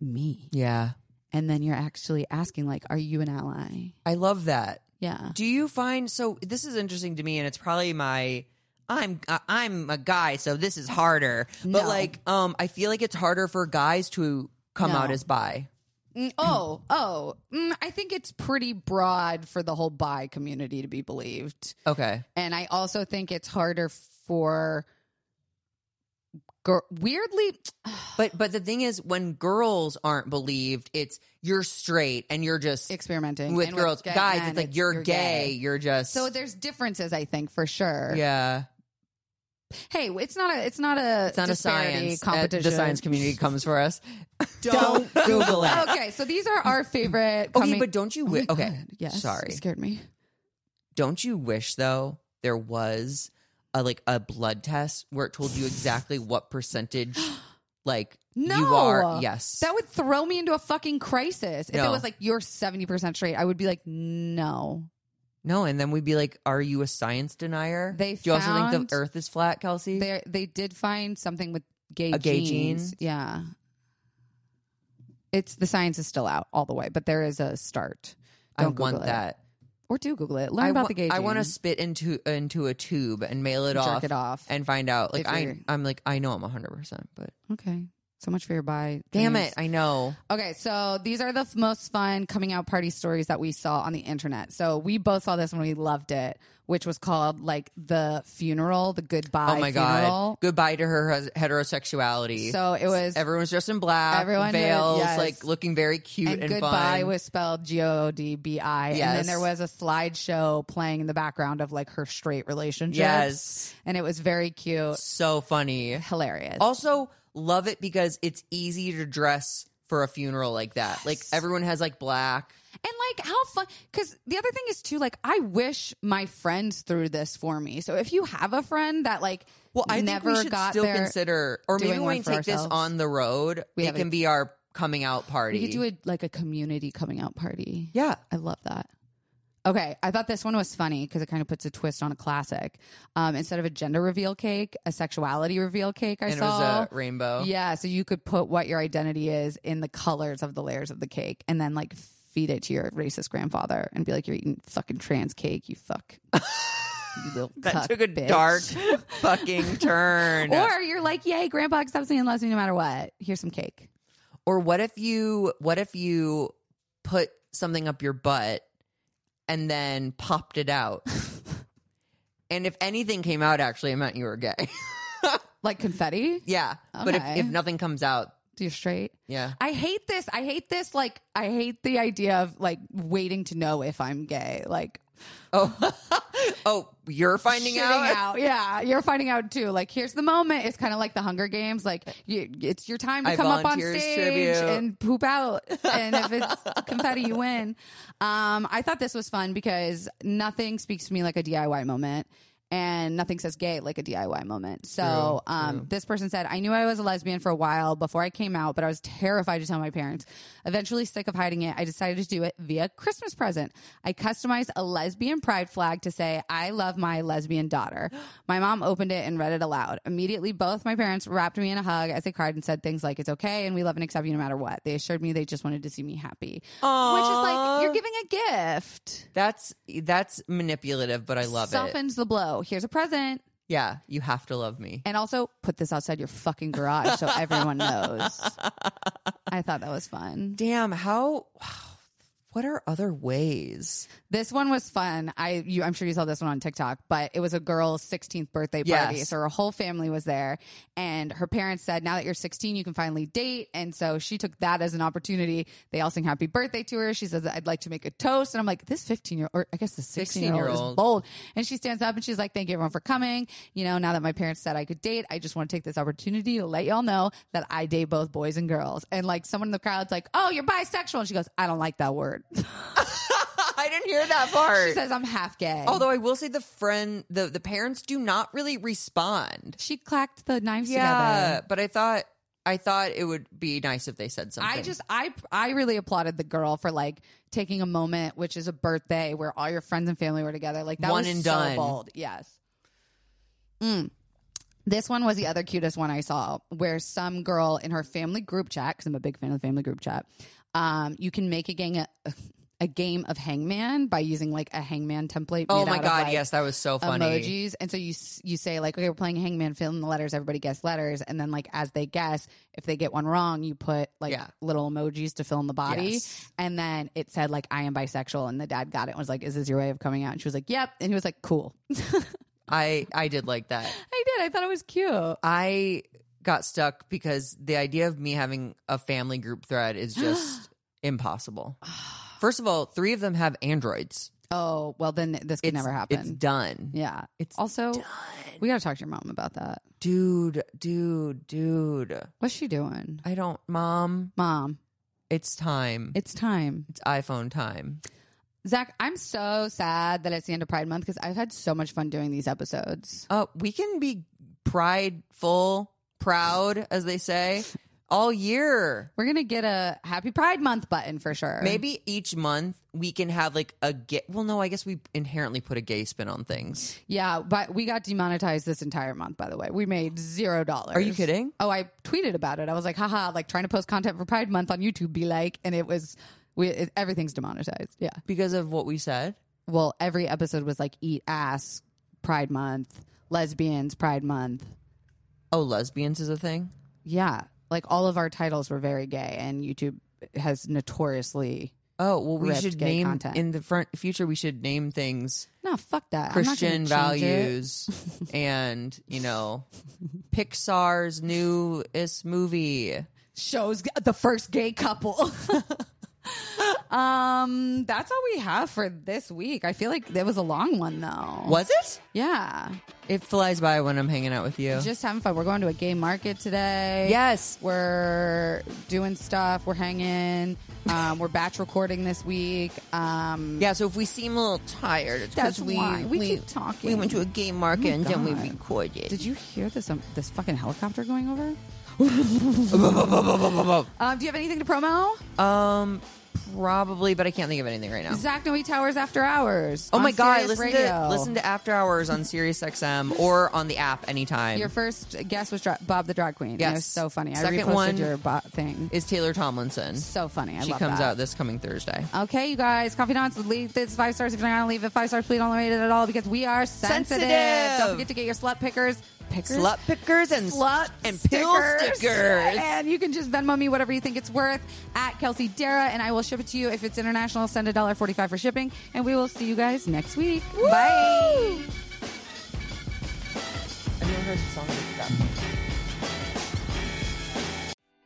[SPEAKER 3] me,
[SPEAKER 1] Yeah.
[SPEAKER 3] and then you're actually asking like, are you an ally?
[SPEAKER 1] I love that.
[SPEAKER 3] Yeah.
[SPEAKER 1] Do you find, so this is interesting to me and it's probably my, I'm I- I'm a guy, so this is harder. But
[SPEAKER 3] No.
[SPEAKER 1] like, um, I feel like it's harder for guys to come
[SPEAKER 3] No.
[SPEAKER 1] out as bi.
[SPEAKER 3] Mm, Oh, oh. Mm, I think it's pretty broad for the whole bi community to be believed.
[SPEAKER 1] Okay.
[SPEAKER 3] And I also think it's harder for gir- weirdly
[SPEAKER 1] But but the thing is, when girls aren't believed, it's you're straight and you're just
[SPEAKER 3] experimenting
[SPEAKER 1] with
[SPEAKER 3] And
[SPEAKER 1] girls.
[SPEAKER 3] gay
[SPEAKER 1] Guys,
[SPEAKER 3] men,
[SPEAKER 1] it's like you're, gay. You're just
[SPEAKER 3] So there's differences, I think, for sure.
[SPEAKER 1] yeah.
[SPEAKER 3] Hey, it's not a it's not a
[SPEAKER 1] It's not a science. Uh,
[SPEAKER 3] competition.
[SPEAKER 1] the science community comes for us.
[SPEAKER 3] *laughs*
[SPEAKER 1] *laughs*
[SPEAKER 3] Don't *laughs*
[SPEAKER 1] Google
[SPEAKER 3] okay, so these are our favorite.
[SPEAKER 1] Okay,
[SPEAKER 3] coming-
[SPEAKER 1] but don't you
[SPEAKER 3] Oh
[SPEAKER 1] wish?
[SPEAKER 3] my
[SPEAKER 1] okay,
[SPEAKER 3] God, yes,
[SPEAKER 1] sorry.
[SPEAKER 3] you scared me.
[SPEAKER 1] Don't you wish though there was a like a blood test where it told you exactly what
[SPEAKER 3] *gasps*
[SPEAKER 1] percentage like
[SPEAKER 3] No,
[SPEAKER 1] you are? Yes.
[SPEAKER 3] that would throw me into a fucking crisis. If it
[SPEAKER 1] No.
[SPEAKER 3] was like you're seventy percent straight, I would be like, no.
[SPEAKER 1] no, and then we'd be like, "Are you a science denier?
[SPEAKER 3] They
[SPEAKER 1] Do you also think
[SPEAKER 3] found-
[SPEAKER 1] the Earth is flat, Kelsey?
[SPEAKER 3] They they did find something with gay
[SPEAKER 1] A gay
[SPEAKER 3] genes.
[SPEAKER 1] gene?
[SPEAKER 3] Yeah, it's the science is still out all the way, but there is a start.
[SPEAKER 1] I
[SPEAKER 3] Don't Google
[SPEAKER 1] want
[SPEAKER 3] it.
[SPEAKER 1] that.
[SPEAKER 3] or do Google it. Learn
[SPEAKER 1] I
[SPEAKER 3] about
[SPEAKER 1] wa-
[SPEAKER 3] the gay.
[SPEAKER 1] I want to
[SPEAKER 3] gene.
[SPEAKER 1] spit into into a tube and mail it
[SPEAKER 3] Jerk
[SPEAKER 1] off,
[SPEAKER 3] it off.
[SPEAKER 1] and find out. Like
[SPEAKER 3] If you're-
[SPEAKER 1] I, I'm like I know I'm 100, percent but
[SPEAKER 3] Okay. So much for your bye.
[SPEAKER 1] damn
[SPEAKER 3] dreams.
[SPEAKER 1] it, I know.
[SPEAKER 3] Okay, so these are the f- most fun coming out party stories that we saw on the internet. So we both saw this and we loved it, which was called like the funeral, the goodbye.
[SPEAKER 1] Oh my
[SPEAKER 3] funeral.
[SPEAKER 1] god, goodbye to her hus- heterosexuality.
[SPEAKER 3] So it was
[SPEAKER 1] Everyone was dressed in black,
[SPEAKER 3] Everyone was-
[SPEAKER 1] veils,
[SPEAKER 3] yes.
[SPEAKER 1] like looking very cute
[SPEAKER 3] and
[SPEAKER 1] and,
[SPEAKER 3] goodbye
[SPEAKER 1] fun.
[SPEAKER 3] was spelled G O D B I, and then
[SPEAKER 1] Yes.
[SPEAKER 3] there was a slideshow playing in the background of like her straight relationship.
[SPEAKER 1] yes,
[SPEAKER 3] and it was very cute,
[SPEAKER 1] so funny.
[SPEAKER 3] hilarious.
[SPEAKER 1] Also, love it because it's easy to dress for a funeral like that. Like everyone has like black.
[SPEAKER 3] And like how fun cuz the other thing is too like I wish my friends threw this for me. So if you have a friend that like
[SPEAKER 1] Well, I
[SPEAKER 3] never
[SPEAKER 1] think we should
[SPEAKER 3] got
[SPEAKER 1] still
[SPEAKER 3] there,
[SPEAKER 1] consider, or
[SPEAKER 3] doing
[SPEAKER 1] maybe
[SPEAKER 3] one
[SPEAKER 1] when we
[SPEAKER 3] for
[SPEAKER 1] take
[SPEAKER 3] ourselves.
[SPEAKER 1] this on the road,
[SPEAKER 3] We
[SPEAKER 1] it
[SPEAKER 3] have a-
[SPEAKER 1] can be our coming out party.
[SPEAKER 3] we could do a like a community coming out party.
[SPEAKER 1] Yeah.
[SPEAKER 3] I love that. Okay, I thought this one was funny because it kind of puts a twist on a classic. Um, instead of a gender reveal cake, a sexuality reveal cake. I
[SPEAKER 1] and it
[SPEAKER 3] saw
[SPEAKER 1] was a rainbow.
[SPEAKER 3] Yeah, so you could put what your identity is in the colors of the layers of the cake and then like feed it to your racist grandfather and be like, You're eating fucking trans cake,
[SPEAKER 1] *laughs*
[SPEAKER 3] you fuck. you little
[SPEAKER 1] That
[SPEAKER 3] cuck,
[SPEAKER 1] took a *laughs*
[SPEAKER 3] bitch."
[SPEAKER 1] dark fucking turn.
[SPEAKER 3] Or you're like, Yay, grandpa accepts me and loves me no matter what. Here's some cake.
[SPEAKER 1] or what if you what if you put something up your butt and then popped it
[SPEAKER 3] *laughs*
[SPEAKER 1] out? and if anything came out actually it meant you were gay. *laughs*
[SPEAKER 3] Like confetti?
[SPEAKER 1] yeah. But if,
[SPEAKER 3] Okay.
[SPEAKER 1] if nothing comes out,
[SPEAKER 3] You're straight.
[SPEAKER 1] yeah.
[SPEAKER 3] I hate this. I hate this. Like, I hate the idea of like waiting to know if I'm gay. Like,
[SPEAKER 1] Oh oh, you're finding
[SPEAKER 3] shitting
[SPEAKER 1] out? *laughs*
[SPEAKER 3] Yeah, you're finding out too. Like, here's the moment. It's kind of like the Hunger Games. Like, you, it's your time to
[SPEAKER 1] I
[SPEAKER 3] come up on
[SPEAKER 1] volunteer as
[SPEAKER 3] stage
[SPEAKER 1] tribute.
[SPEAKER 3] and
[SPEAKER 1] *laughs*
[SPEAKER 3] poop out. And if it's confetti, you win. Um, I thought this was fun because nothing speaks to me like a DIY moment. And nothing says gay like a DIY moment. So um, this person said, I knew I was a lesbian for a while before I came out, but I was terrified to tell my parents. Eventually, sick of hiding it, I decided to do it via Christmas present. I customized a lesbian pride flag to say, I love my
[SPEAKER 1] *gasps*
[SPEAKER 3] lesbian daughter. My mom opened it and read it aloud. Immediately, both my parents wrapped me in a hug as I cried and said things like, It's okay, and we love and accept you no matter what. They assured me they just wanted to see me happy, which is like,
[SPEAKER 1] Aw.
[SPEAKER 3] you're giving a gift.
[SPEAKER 1] That's that's manipulative, but I love it.
[SPEAKER 3] Softens the blow. Here's a present.
[SPEAKER 1] Yeah, you have to love me.
[SPEAKER 3] And also put this outside your fucking garage so
[SPEAKER 1] *laughs*
[SPEAKER 3] everyone knows. I thought that was fun.
[SPEAKER 1] Damn, how what are other ways? *laughs*
[SPEAKER 3] This one was fun. I you, I'm sure you saw this one on TikTok, but it was a girl's 16th birthday party.
[SPEAKER 1] Yes.
[SPEAKER 3] So her whole family was there, and her parents said, "Now that you're 16, you can finally date." And so she took that as an opportunity. They all sing "Happy Birthday" to her. She says, "I'd like to make a toast," and I'm like, "This 15 year or I guess the 16 year old is
[SPEAKER 1] 16-year-old.
[SPEAKER 3] bold." And she stands up and she's like, "Thank you everyone for coming. You know, now that my parents said I could date, I just want to take this opportunity to let y'all know that I date both boys and girls." And like someone in the crowd's like, "Oh, you're bisexual," and she goes, "I don't like that word." *laughs*
[SPEAKER 1] I didn't hear that part.
[SPEAKER 3] She says, "I'm half gay."
[SPEAKER 1] Although I will say the friend, the the parents do not really respond.
[SPEAKER 3] She clacked the knives
[SPEAKER 1] Yeah,
[SPEAKER 3] together.
[SPEAKER 1] but I thought I thought it would be nice if they said something.
[SPEAKER 3] I just I I really applauded the girl for like taking a moment, which is a birthday where all your friends and family were together. Like that
[SPEAKER 1] One
[SPEAKER 3] was
[SPEAKER 1] and
[SPEAKER 3] so
[SPEAKER 1] done.
[SPEAKER 3] bold. Yes. Mm. This one was the other cutest one I saw, where some girl in her family group chat, because I'm a big fan of the family group chat, um, you can make a gang, a, a game of hangman by using like a hangman template.
[SPEAKER 1] Oh
[SPEAKER 3] made
[SPEAKER 1] my
[SPEAKER 3] out of,
[SPEAKER 1] god,
[SPEAKER 3] like,
[SPEAKER 1] yes, that was so funny.
[SPEAKER 3] Emojis, and so you s- you say like, okay, we're playing hangman. Fill in the letters. Everybody guess letters, and then like as they guess, if they get one wrong, you put like
[SPEAKER 1] Yeah.
[SPEAKER 3] little emojis to fill in the body.
[SPEAKER 1] Yes.
[SPEAKER 3] And then it said like, I am bisexual, and the dad got it and was like, is this your way of coming out? And she was like, yep. And he was like, cool. *laughs*
[SPEAKER 1] I I did like that.
[SPEAKER 3] I did. I thought it was cute.
[SPEAKER 1] I got stuck because the idea of me having a family group thread
[SPEAKER 3] *gasps*
[SPEAKER 1] is just impossible. First of all, three of them have androids.
[SPEAKER 3] Oh well, then this could
[SPEAKER 1] It's
[SPEAKER 3] never
[SPEAKER 1] It's
[SPEAKER 3] happen.
[SPEAKER 1] done.
[SPEAKER 3] yeah.
[SPEAKER 1] It's
[SPEAKER 3] Also,
[SPEAKER 1] done.
[SPEAKER 3] we gotta talk to your mom about that.
[SPEAKER 1] dude, dude, dude.
[SPEAKER 3] What's she doing,
[SPEAKER 1] I don't, mom.
[SPEAKER 3] mom?
[SPEAKER 1] It's time.
[SPEAKER 3] It's time.
[SPEAKER 1] It's iPhone time.
[SPEAKER 3] Zach, I'm so sad that it's the end of Pride Month because I've had so much fun doing these episodes.
[SPEAKER 1] Uh, we can be prideful, proud, as they say, all year.
[SPEAKER 3] We're gonna get a Happy Pride Month button for sure.
[SPEAKER 1] Maybe each month we can have like a gay. Well, no, I guess we inherently put a gay spin on things.
[SPEAKER 3] Yeah, but we got demonetized this entire month, by the way. We made zero dollars.
[SPEAKER 1] Are you kidding?
[SPEAKER 3] Oh, I tweeted about it. I was like, haha, like trying to post content for Pride Month on YouTube, be like, and it was, we, it, everything's demonetized. Yeah.
[SPEAKER 1] Because of what we said?
[SPEAKER 3] Well, every episode was like, eat ass, Pride Month, lesbians, Pride Month.
[SPEAKER 1] Oh, lesbians is a thing?
[SPEAKER 3] Yeah. Like all of our titles were very gay, and YouTube has notoriously
[SPEAKER 1] Oh, well, we
[SPEAKER 3] Ripped
[SPEAKER 1] should
[SPEAKER 3] gay
[SPEAKER 1] name
[SPEAKER 3] content.
[SPEAKER 1] in the front future, we should name things
[SPEAKER 3] No, fuck that. I'm not gonna
[SPEAKER 1] Christian
[SPEAKER 3] change it.
[SPEAKER 1] values
[SPEAKER 3] *laughs*
[SPEAKER 1] and, you know, Pixar's newest movie.
[SPEAKER 3] shows the first gay couple. *laughs* um, that's all we have for this week. I feel like that was a long one though.
[SPEAKER 1] Was it?
[SPEAKER 3] Yeah,
[SPEAKER 1] It flies by when I'm hanging out with you.
[SPEAKER 3] just having fun. We're going to a gay market today.
[SPEAKER 1] yes.
[SPEAKER 3] We're doing stuff. We're hanging. Um, we're batch recording this week. Um,
[SPEAKER 1] Yeah, so if we seem a little tired, it's
[SPEAKER 3] That's
[SPEAKER 1] 'cause we,
[SPEAKER 3] why. We keep talking. Oh
[SPEAKER 1] We went to a gay market and then we
[SPEAKER 3] God.
[SPEAKER 1] recorded.
[SPEAKER 3] did you hear this? Um, this fucking helicopter going over. Um, do you have anything to promo?
[SPEAKER 1] um, probably, but I can't think of anything right now.
[SPEAKER 3] Zach Noe Towers After Hours.
[SPEAKER 1] Oh
[SPEAKER 3] on
[SPEAKER 1] my god!
[SPEAKER 3] Sirius
[SPEAKER 1] Listen
[SPEAKER 3] Radio.
[SPEAKER 1] to listen to After Hours on Sirius XM or on the app anytime.
[SPEAKER 3] Your first guest was dra- Bob the drag queen. And
[SPEAKER 1] Yes.
[SPEAKER 3] it was so funny. I
[SPEAKER 1] Second
[SPEAKER 3] reposted
[SPEAKER 1] one-
[SPEAKER 3] your bo- thing.
[SPEAKER 1] is Taylor Tomlinson.
[SPEAKER 3] so funny. I
[SPEAKER 1] she
[SPEAKER 3] love
[SPEAKER 1] comes
[SPEAKER 3] that.
[SPEAKER 1] out this coming Thursday.
[SPEAKER 3] Okay, you guys, confidants, leave this five stars if you're not gonna leave it five stars. Please don't rate it at all because we are sensitive.
[SPEAKER 1] Sensitive.
[SPEAKER 3] Don't forget to get your slut pickers, pickers,
[SPEAKER 1] Slut pickers and
[SPEAKER 3] slut
[SPEAKER 1] and pill stickers.
[SPEAKER 3] and you can just Venmo me whatever you think it's worth at Kelsey Dara, and I will ship it to you. If it's international, send a dollar forty-five for shipping, and we will see you guys next week. Bye.
[SPEAKER 1] I've never heard songs like that.